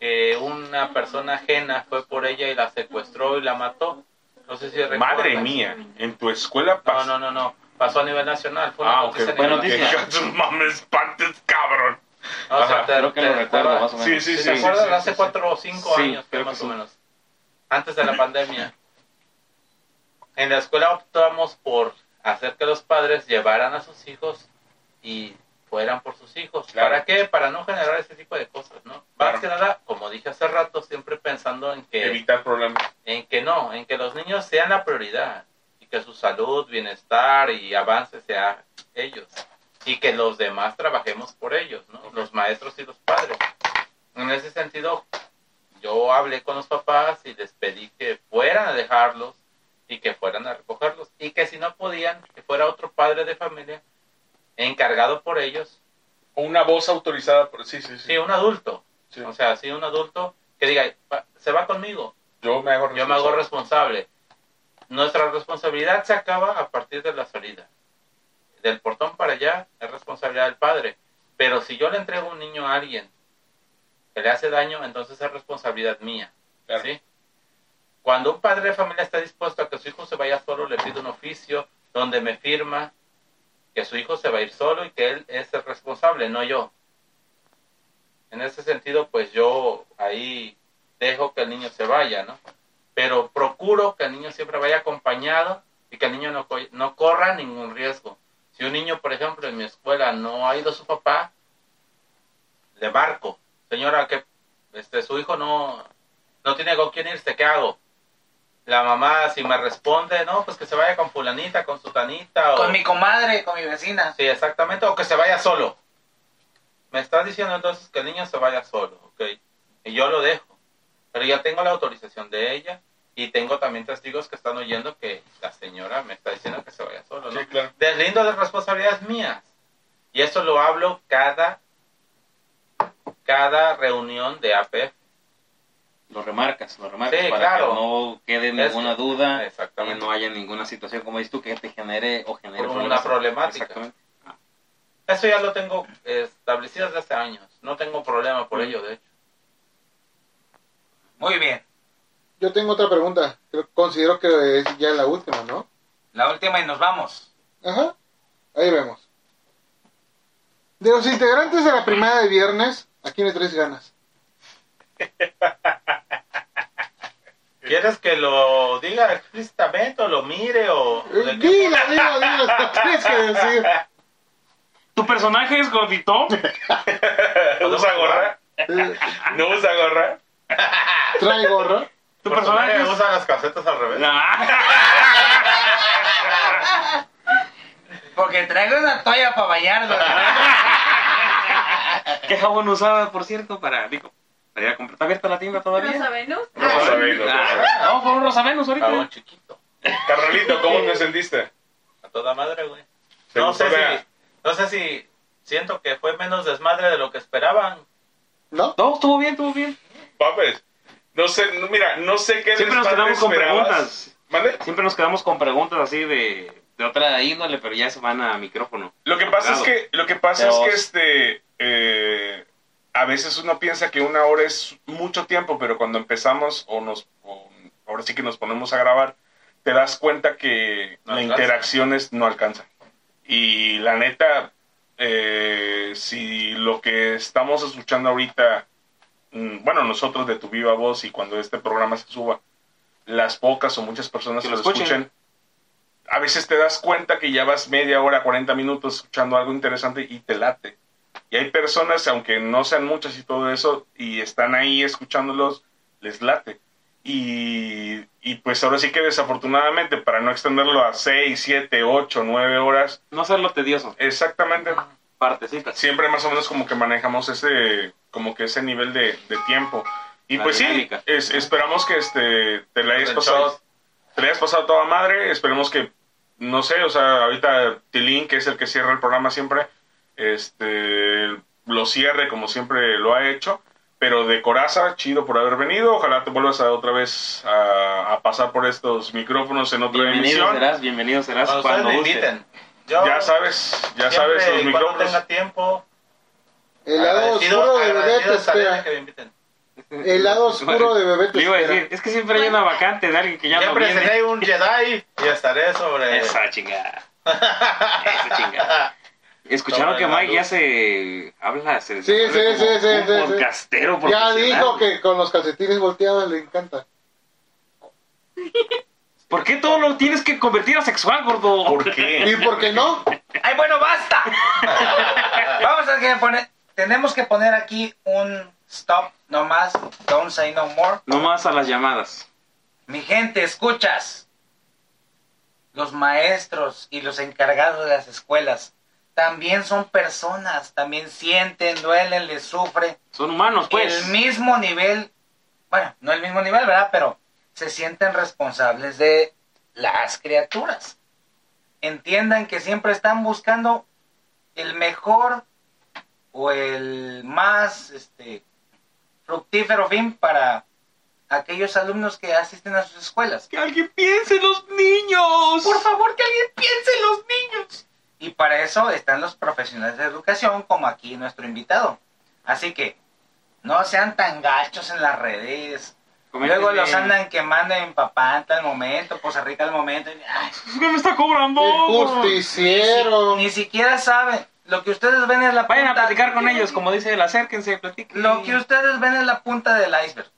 S9: que una persona ajena fue por ella y la secuestró y la mató. No sé si recuerdas.
S1: Madre mía, en tu escuela
S9: No,
S1: pasó.
S9: no, no, no. Pasó a nivel nacional. Fue una
S1: Ah, ok,
S9: noticia a
S1: bueno,
S9: nivel
S1: que
S9: nacional.
S1: sus mames espantes, cabrón.
S9: No, o sea,
S1: Ajá,
S9: te-
S4: Creo que
S9: te-
S4: lo
S9: te-
S4: recuerdo más o
S1: Sí,
S4: menos.
S1: sí, sí.
S9: ¿Te
S1: sí,
S9: acuerdas?
S1: sí,
S9: Hace
S1: sí.
S9: cuatro o cinco
S4: Sí,
S9: años,
S4: creo que
S9: más
S4: sí.
S9: o menos. Antes de la pandemia. En la escuela optamos por hacer que los padres llevaran a sus hijos y fueran por sus hijos.
S1: Claro.
S9: ¿Para qué? Para no generar ese tipo de cosas, ¿no? Más
S1: Claro.
S9: que nada, como dije hace rato, siempre pensando en que
S1: Evitar problemas.
S9: en que no, en que los niños sean la prioridad y que su salud, bienestar y avance sea ellos y que los demás trabajemos por ellos, ¿no? Los maestros y los padres. En ese sentido, yo hablé con los papás y les pedí que fueran a dejarlos y que fueran a recogerlos y que si no podían, que fuera otro padre de familia encargado por ellos,
S1: O una voz autorizada por... Sí, sí, sí.
S9: sí, un adulto,
S1: sí.
S9: o sea, sí, un adulto que diga, "Pa- se va conmigo,
S1: Yo me hago
S9: yo me hago
S1: responsable.
S9: responsable. Nuestra responsabilidad se acaba a partir de la salida. Del portón para allá es responsabilidad del padre. Pero si yo le entrego un niño a alguien que le hace daño, entonces es responsabilidad mía.
S1: Claro.
S9: ¿sí? Cuando un padre de familia está dispuesto a que su hijo se vaya solo, le pide un oficio donde me firma que su hijo se va a ir solo y que él es el responsable, no yo. En ese sentido, pues yo ahí dejo que el niño se vaya, ¿no? Pero procuro que el niño siempre vaya acompañado y que el niño no, co- no corra ningún riesgo. Si un niño, por ejemplo, en mi escuela no ha ido su papá, le marco, señora, que este, su hijo no, no tiene con quién irse, ¿qué hago? La mamá, si me responde, no, pues que se vaya con fulanita, con sutanita. o...
S2: Con mi comadre, con mi vecina.
S9: Sí, exactamente, o que se vaya solo. Me estás diciendo entonces que el niño se vaya solo, ok. Y yo lo dejo. Pero ya tengo la autorización de ella y tengo también testigos que están oyendo que la señora me está diciendo que se vaya solo. ¿no?
S1: Sí, claro.
S9: Deslindo de responsabilidades mías. Y eso lo hablo cada, cada reunión de APF.
S4: Lo remarcas, lo remarcas
S9: Sí,
S4: para
S9: claro.
S4: que no quede ninguna
S9: Es-
S4: duda y
S9: Exactamente.
S4: no haya ninguna situación, como dices tú, que te genere o genere
S9: Una
S4: problemas.
S9: problemática.
S4: Exactamente.
S9: Eso ya lo tengo establecido desde hace años. No tengo problema por ello, de hecho.
S2: Muy bien.
S3: Yo tengo otra pregunta. Creo- Considero que es ya la última, ¿no?
S2: La última y nos vamos.
S3: Ajá. Ahí vemos. De los integrantes de la primera de viernes, ¿a quién le traes ganas?
S9: ¿Quieres que lo diga explícitamente o lo mire o...?
S3: Eh, Dilo, dilo, dilo. Lo tienes que decir.
S4: ¿Tu personaje es Godito?
S1: ¿Usa gorra?
S3: Eh,
S1: ¿No usa gorra?
S3: Trae gorro.
S4: ¿Tu
S9: Por su
S4: personaje Ah.
S9: madre,
S4: es...?
S9: usa las calcetas al revés.
S2: Porque traigo una toalla para bañarlo.
S4: ¿Qué jabón usaba, por cierto, para, digo, para ir a comprar? ¿Está abierta la tienda
S10: ¿Pero
S4: todavía?
S10: saben, no?
S1: No lo sabemos.
S4: Ah, vamos por un Rosavenus
S9: Jabón
S4: ahorita.
S9: chiquito.
S1: Carnalito, ¿cómo te sentiste?
S9: A toda madre, güey.
S1: ¿Te
S9: No
S1: gustó
S9: sé,
S1: la-
S9: si, no sé si siento que fue menos desmadre de lo que esperaban.
S3: ¿No?
S4: No, estuvo bien, estuvo bien.
S1: Papes, no sé, no, mira, no sé qué
S4: Siempre nos
S1: desmadre
S4: quedamos con
S1: esperabas.
S4: preguntas.
S1: ¿Mande?
S4: Siempre nos quedamos con preguntas así de, de otra índole, pero ya se van a micrófono.
S1: Lo que pasa
S4: Claro.
S1: es que, lo que pasa
S4: Pero-
S1: es que este eh, a veces uno piensa que una hora es mucho tiempo, pero cuando empezamos o nos o ahora sí que nos ponemos a grabar, te das cuenta que
S9: No
S1: la
S9: alcanza.
S1: interacción es- no alcanza. Y la neta, eh, si lo que estamos escuchando ahorita, mm, bueno, nosotros de tu viva voz y cuando este programa se suba, las pocas o muchas personas
S4: Que
S1: que
S4: lo
S1: lo
S4: escuchen.
S1: escuchen, a veces te das cuenta que ya vas media hora, 40 minutos escuchando algo interesante y te late. Y hay personas, aunque no sean muchas y todo eso, y están ahí escuchándolos, les late. Y, y pues ahora sí que desafortunadamente, para no extenderlo a 6, 7, 8, 9 horas,
S4: No hacerlo tedioso.
S1: exactamente,
S4: Partecitas.
S1: siempre más o menos como que manejamos ese, como que ese nivel de, de tiempo. Y
S4: La
S1: pues
S4: dinámica.
S1: sí, es- esperamos que este, te la hayas
S9: El
S1: pasado
S9: choice.
S1: te la hayas pasado toda madre. Esperemos que, no sé, o sea, ahorita Tilín, que es el que cierra el programa siempre, este, lo cierre como siempre lo ha hecho. Pero de coraza, chido por haber venido. Ojalá te vuelvas a, otra vez a, a pasar por estos micrófonos en otra
S4: Bienvenido
S1: emisión.
S4: serás, bienvenido serás
S9: Cuando ustedes
S4: cuando
S9: me
S4: gustes.
S9: inviten. Yo
S1: Ya sabes, ya
S9: siempre
S1: sabes los
S9: y cuando
S1: micrófonos.
S9: tenga tiempo,
S3: El lado oscuro de bebé te
S9: agradecido estaré que
S3: espera.
S9: me inviten.
S3: El lado oscuro de bebé te
S4: Le iba a decir,
S3: espera.
S4: es que siempre hay una vacante de alguien que ya no
S9: Siempre
S4: viene.
S9: seré un Jedi y estaré sobre...
S4: Esa chingada. Esa chingada. Escucharon
S9: Sobre
S4: que
S9: la
S4: Mike
S9: luz.
S4: ya se habla, se
S3: Sí, sí,
S4: desarrolla como
S3: sí, sí,
S4: un
S3: sí, sí.
S4: podcastero
S3: Ya
S4: profesional.
S3: dijo que con los calcetines volteados le encanta.
S4: ¿Por qué todo lo tienes que convertir a sexual, gordo?
S1: ¿Por qué?
S3: ¿Y por qué no?
S2: ¡Ay, bueno, basta! Vamos a que poner. Tenemos que poner aquí un stop nomás. Don't say no more.
S4: Nomás a las llamadas.
S2: Mi gente, escuchas. Los maestros y los encargados de las escuelas también son personas, también sienten, duelen, les sufren.
S4: Son humanos, pues.
S2: El mismo nivel, bueno, no el mismo nivel, ¿verdad? Pero se sienten responsables de las criaturas. Entiendan que siempre están buscando el mejor o el más este, fructífero fin para aquellos alumnos que asisten a sus escuelas.
S4: Que alguien piense en los niños.
S2: Por favor, que alguien piense en los niños. Y para eso están los profesionales de educación, como aquí nuestro invitado. Así que no sean tan gachos en las redes.
S4: Comenten
S2: Luego los
S4: de-
S2: andan quemando en Papanta al momento, Costa Rica al momento. y, ay,
S4: Es que me está cobrando.
S3: Justiciero.
S2: ni siquiera saben. Lo que ustedes ven es la
S4: Vayan a
S2: punta-
S4: platicar con ellos, como dice él, acérquense, platiquen.
S2: Lo que ustedes ven es la punta del iceberg.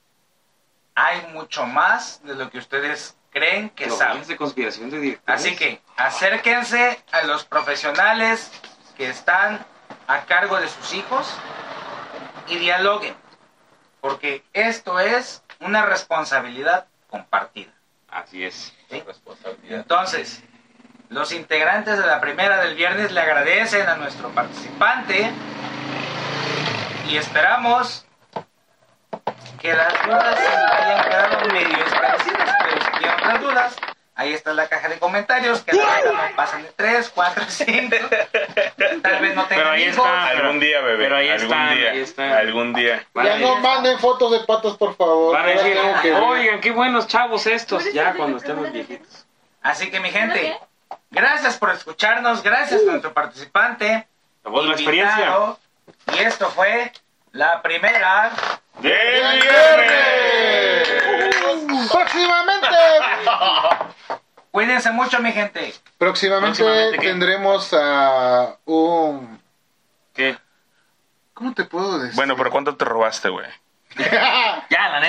S2: Hay mucho más de lo que ustedes creen que
S4: Teorías
S2: saben.
S4: de conspiración de directores.
S2: Así que acérquense a los profesionales que están a cargo de sus hijos y dialoguen, porque esto es una responsabilidad compartida.
S4: Así es.
S5: Su responsabilidad.
S2: Entonces, los integrantes de la primera del viernes le agradecen a nuestro participante y esperamos que las dudas hayan quedado medio esclarecidas, pero si tienen otras dudas, ahí está la caja de comentarios, que la verdad no pasan de 3, 4, 5, tal vez no
S4: Pero
S2: tengan
S4: ahí
S2: hijos.
S4: está.
S1: Algún día, bebé.
S4: Pero ahí
S1: algún
S4: están,
S1: día.
S4: ahí están.
S1: Algún día.
S4: Van a
S3: ya no
S4: decir-
S3: manden fotos de patas, por favor.
S4: van a
S3: Ya
S4: decir,
S3: tengo que ver.
S4: oigan, qué buenos chavos estos,
S9: ¿Puedes
S4: ya
S9: hacer
S4: cuando
S9: la
S4: estemos
S9: pregunta?
S4: viejitos.
S2: Así que mi gente,
S9: Ok.
S2: gracias por escucharnos, gracias a nuestro participante.
S4: La voz de la experiencia.
S2: invitado, Y esto fue la primera.
S1: ¡De
S3: ¡El
S1: viernes!
S3: viernes! Próximamente.
S2: Cuídense mucho, mi gente.
S3: Próximamente,
S4: Próximamente, ¿qué?
S3: tendremos a un.
S4: ¿Qué?
S3: ¿Cómo te puedo decir?
S1: Bueno, pero ¿cuánto te robaste, güey?
S4: Ya, la neta.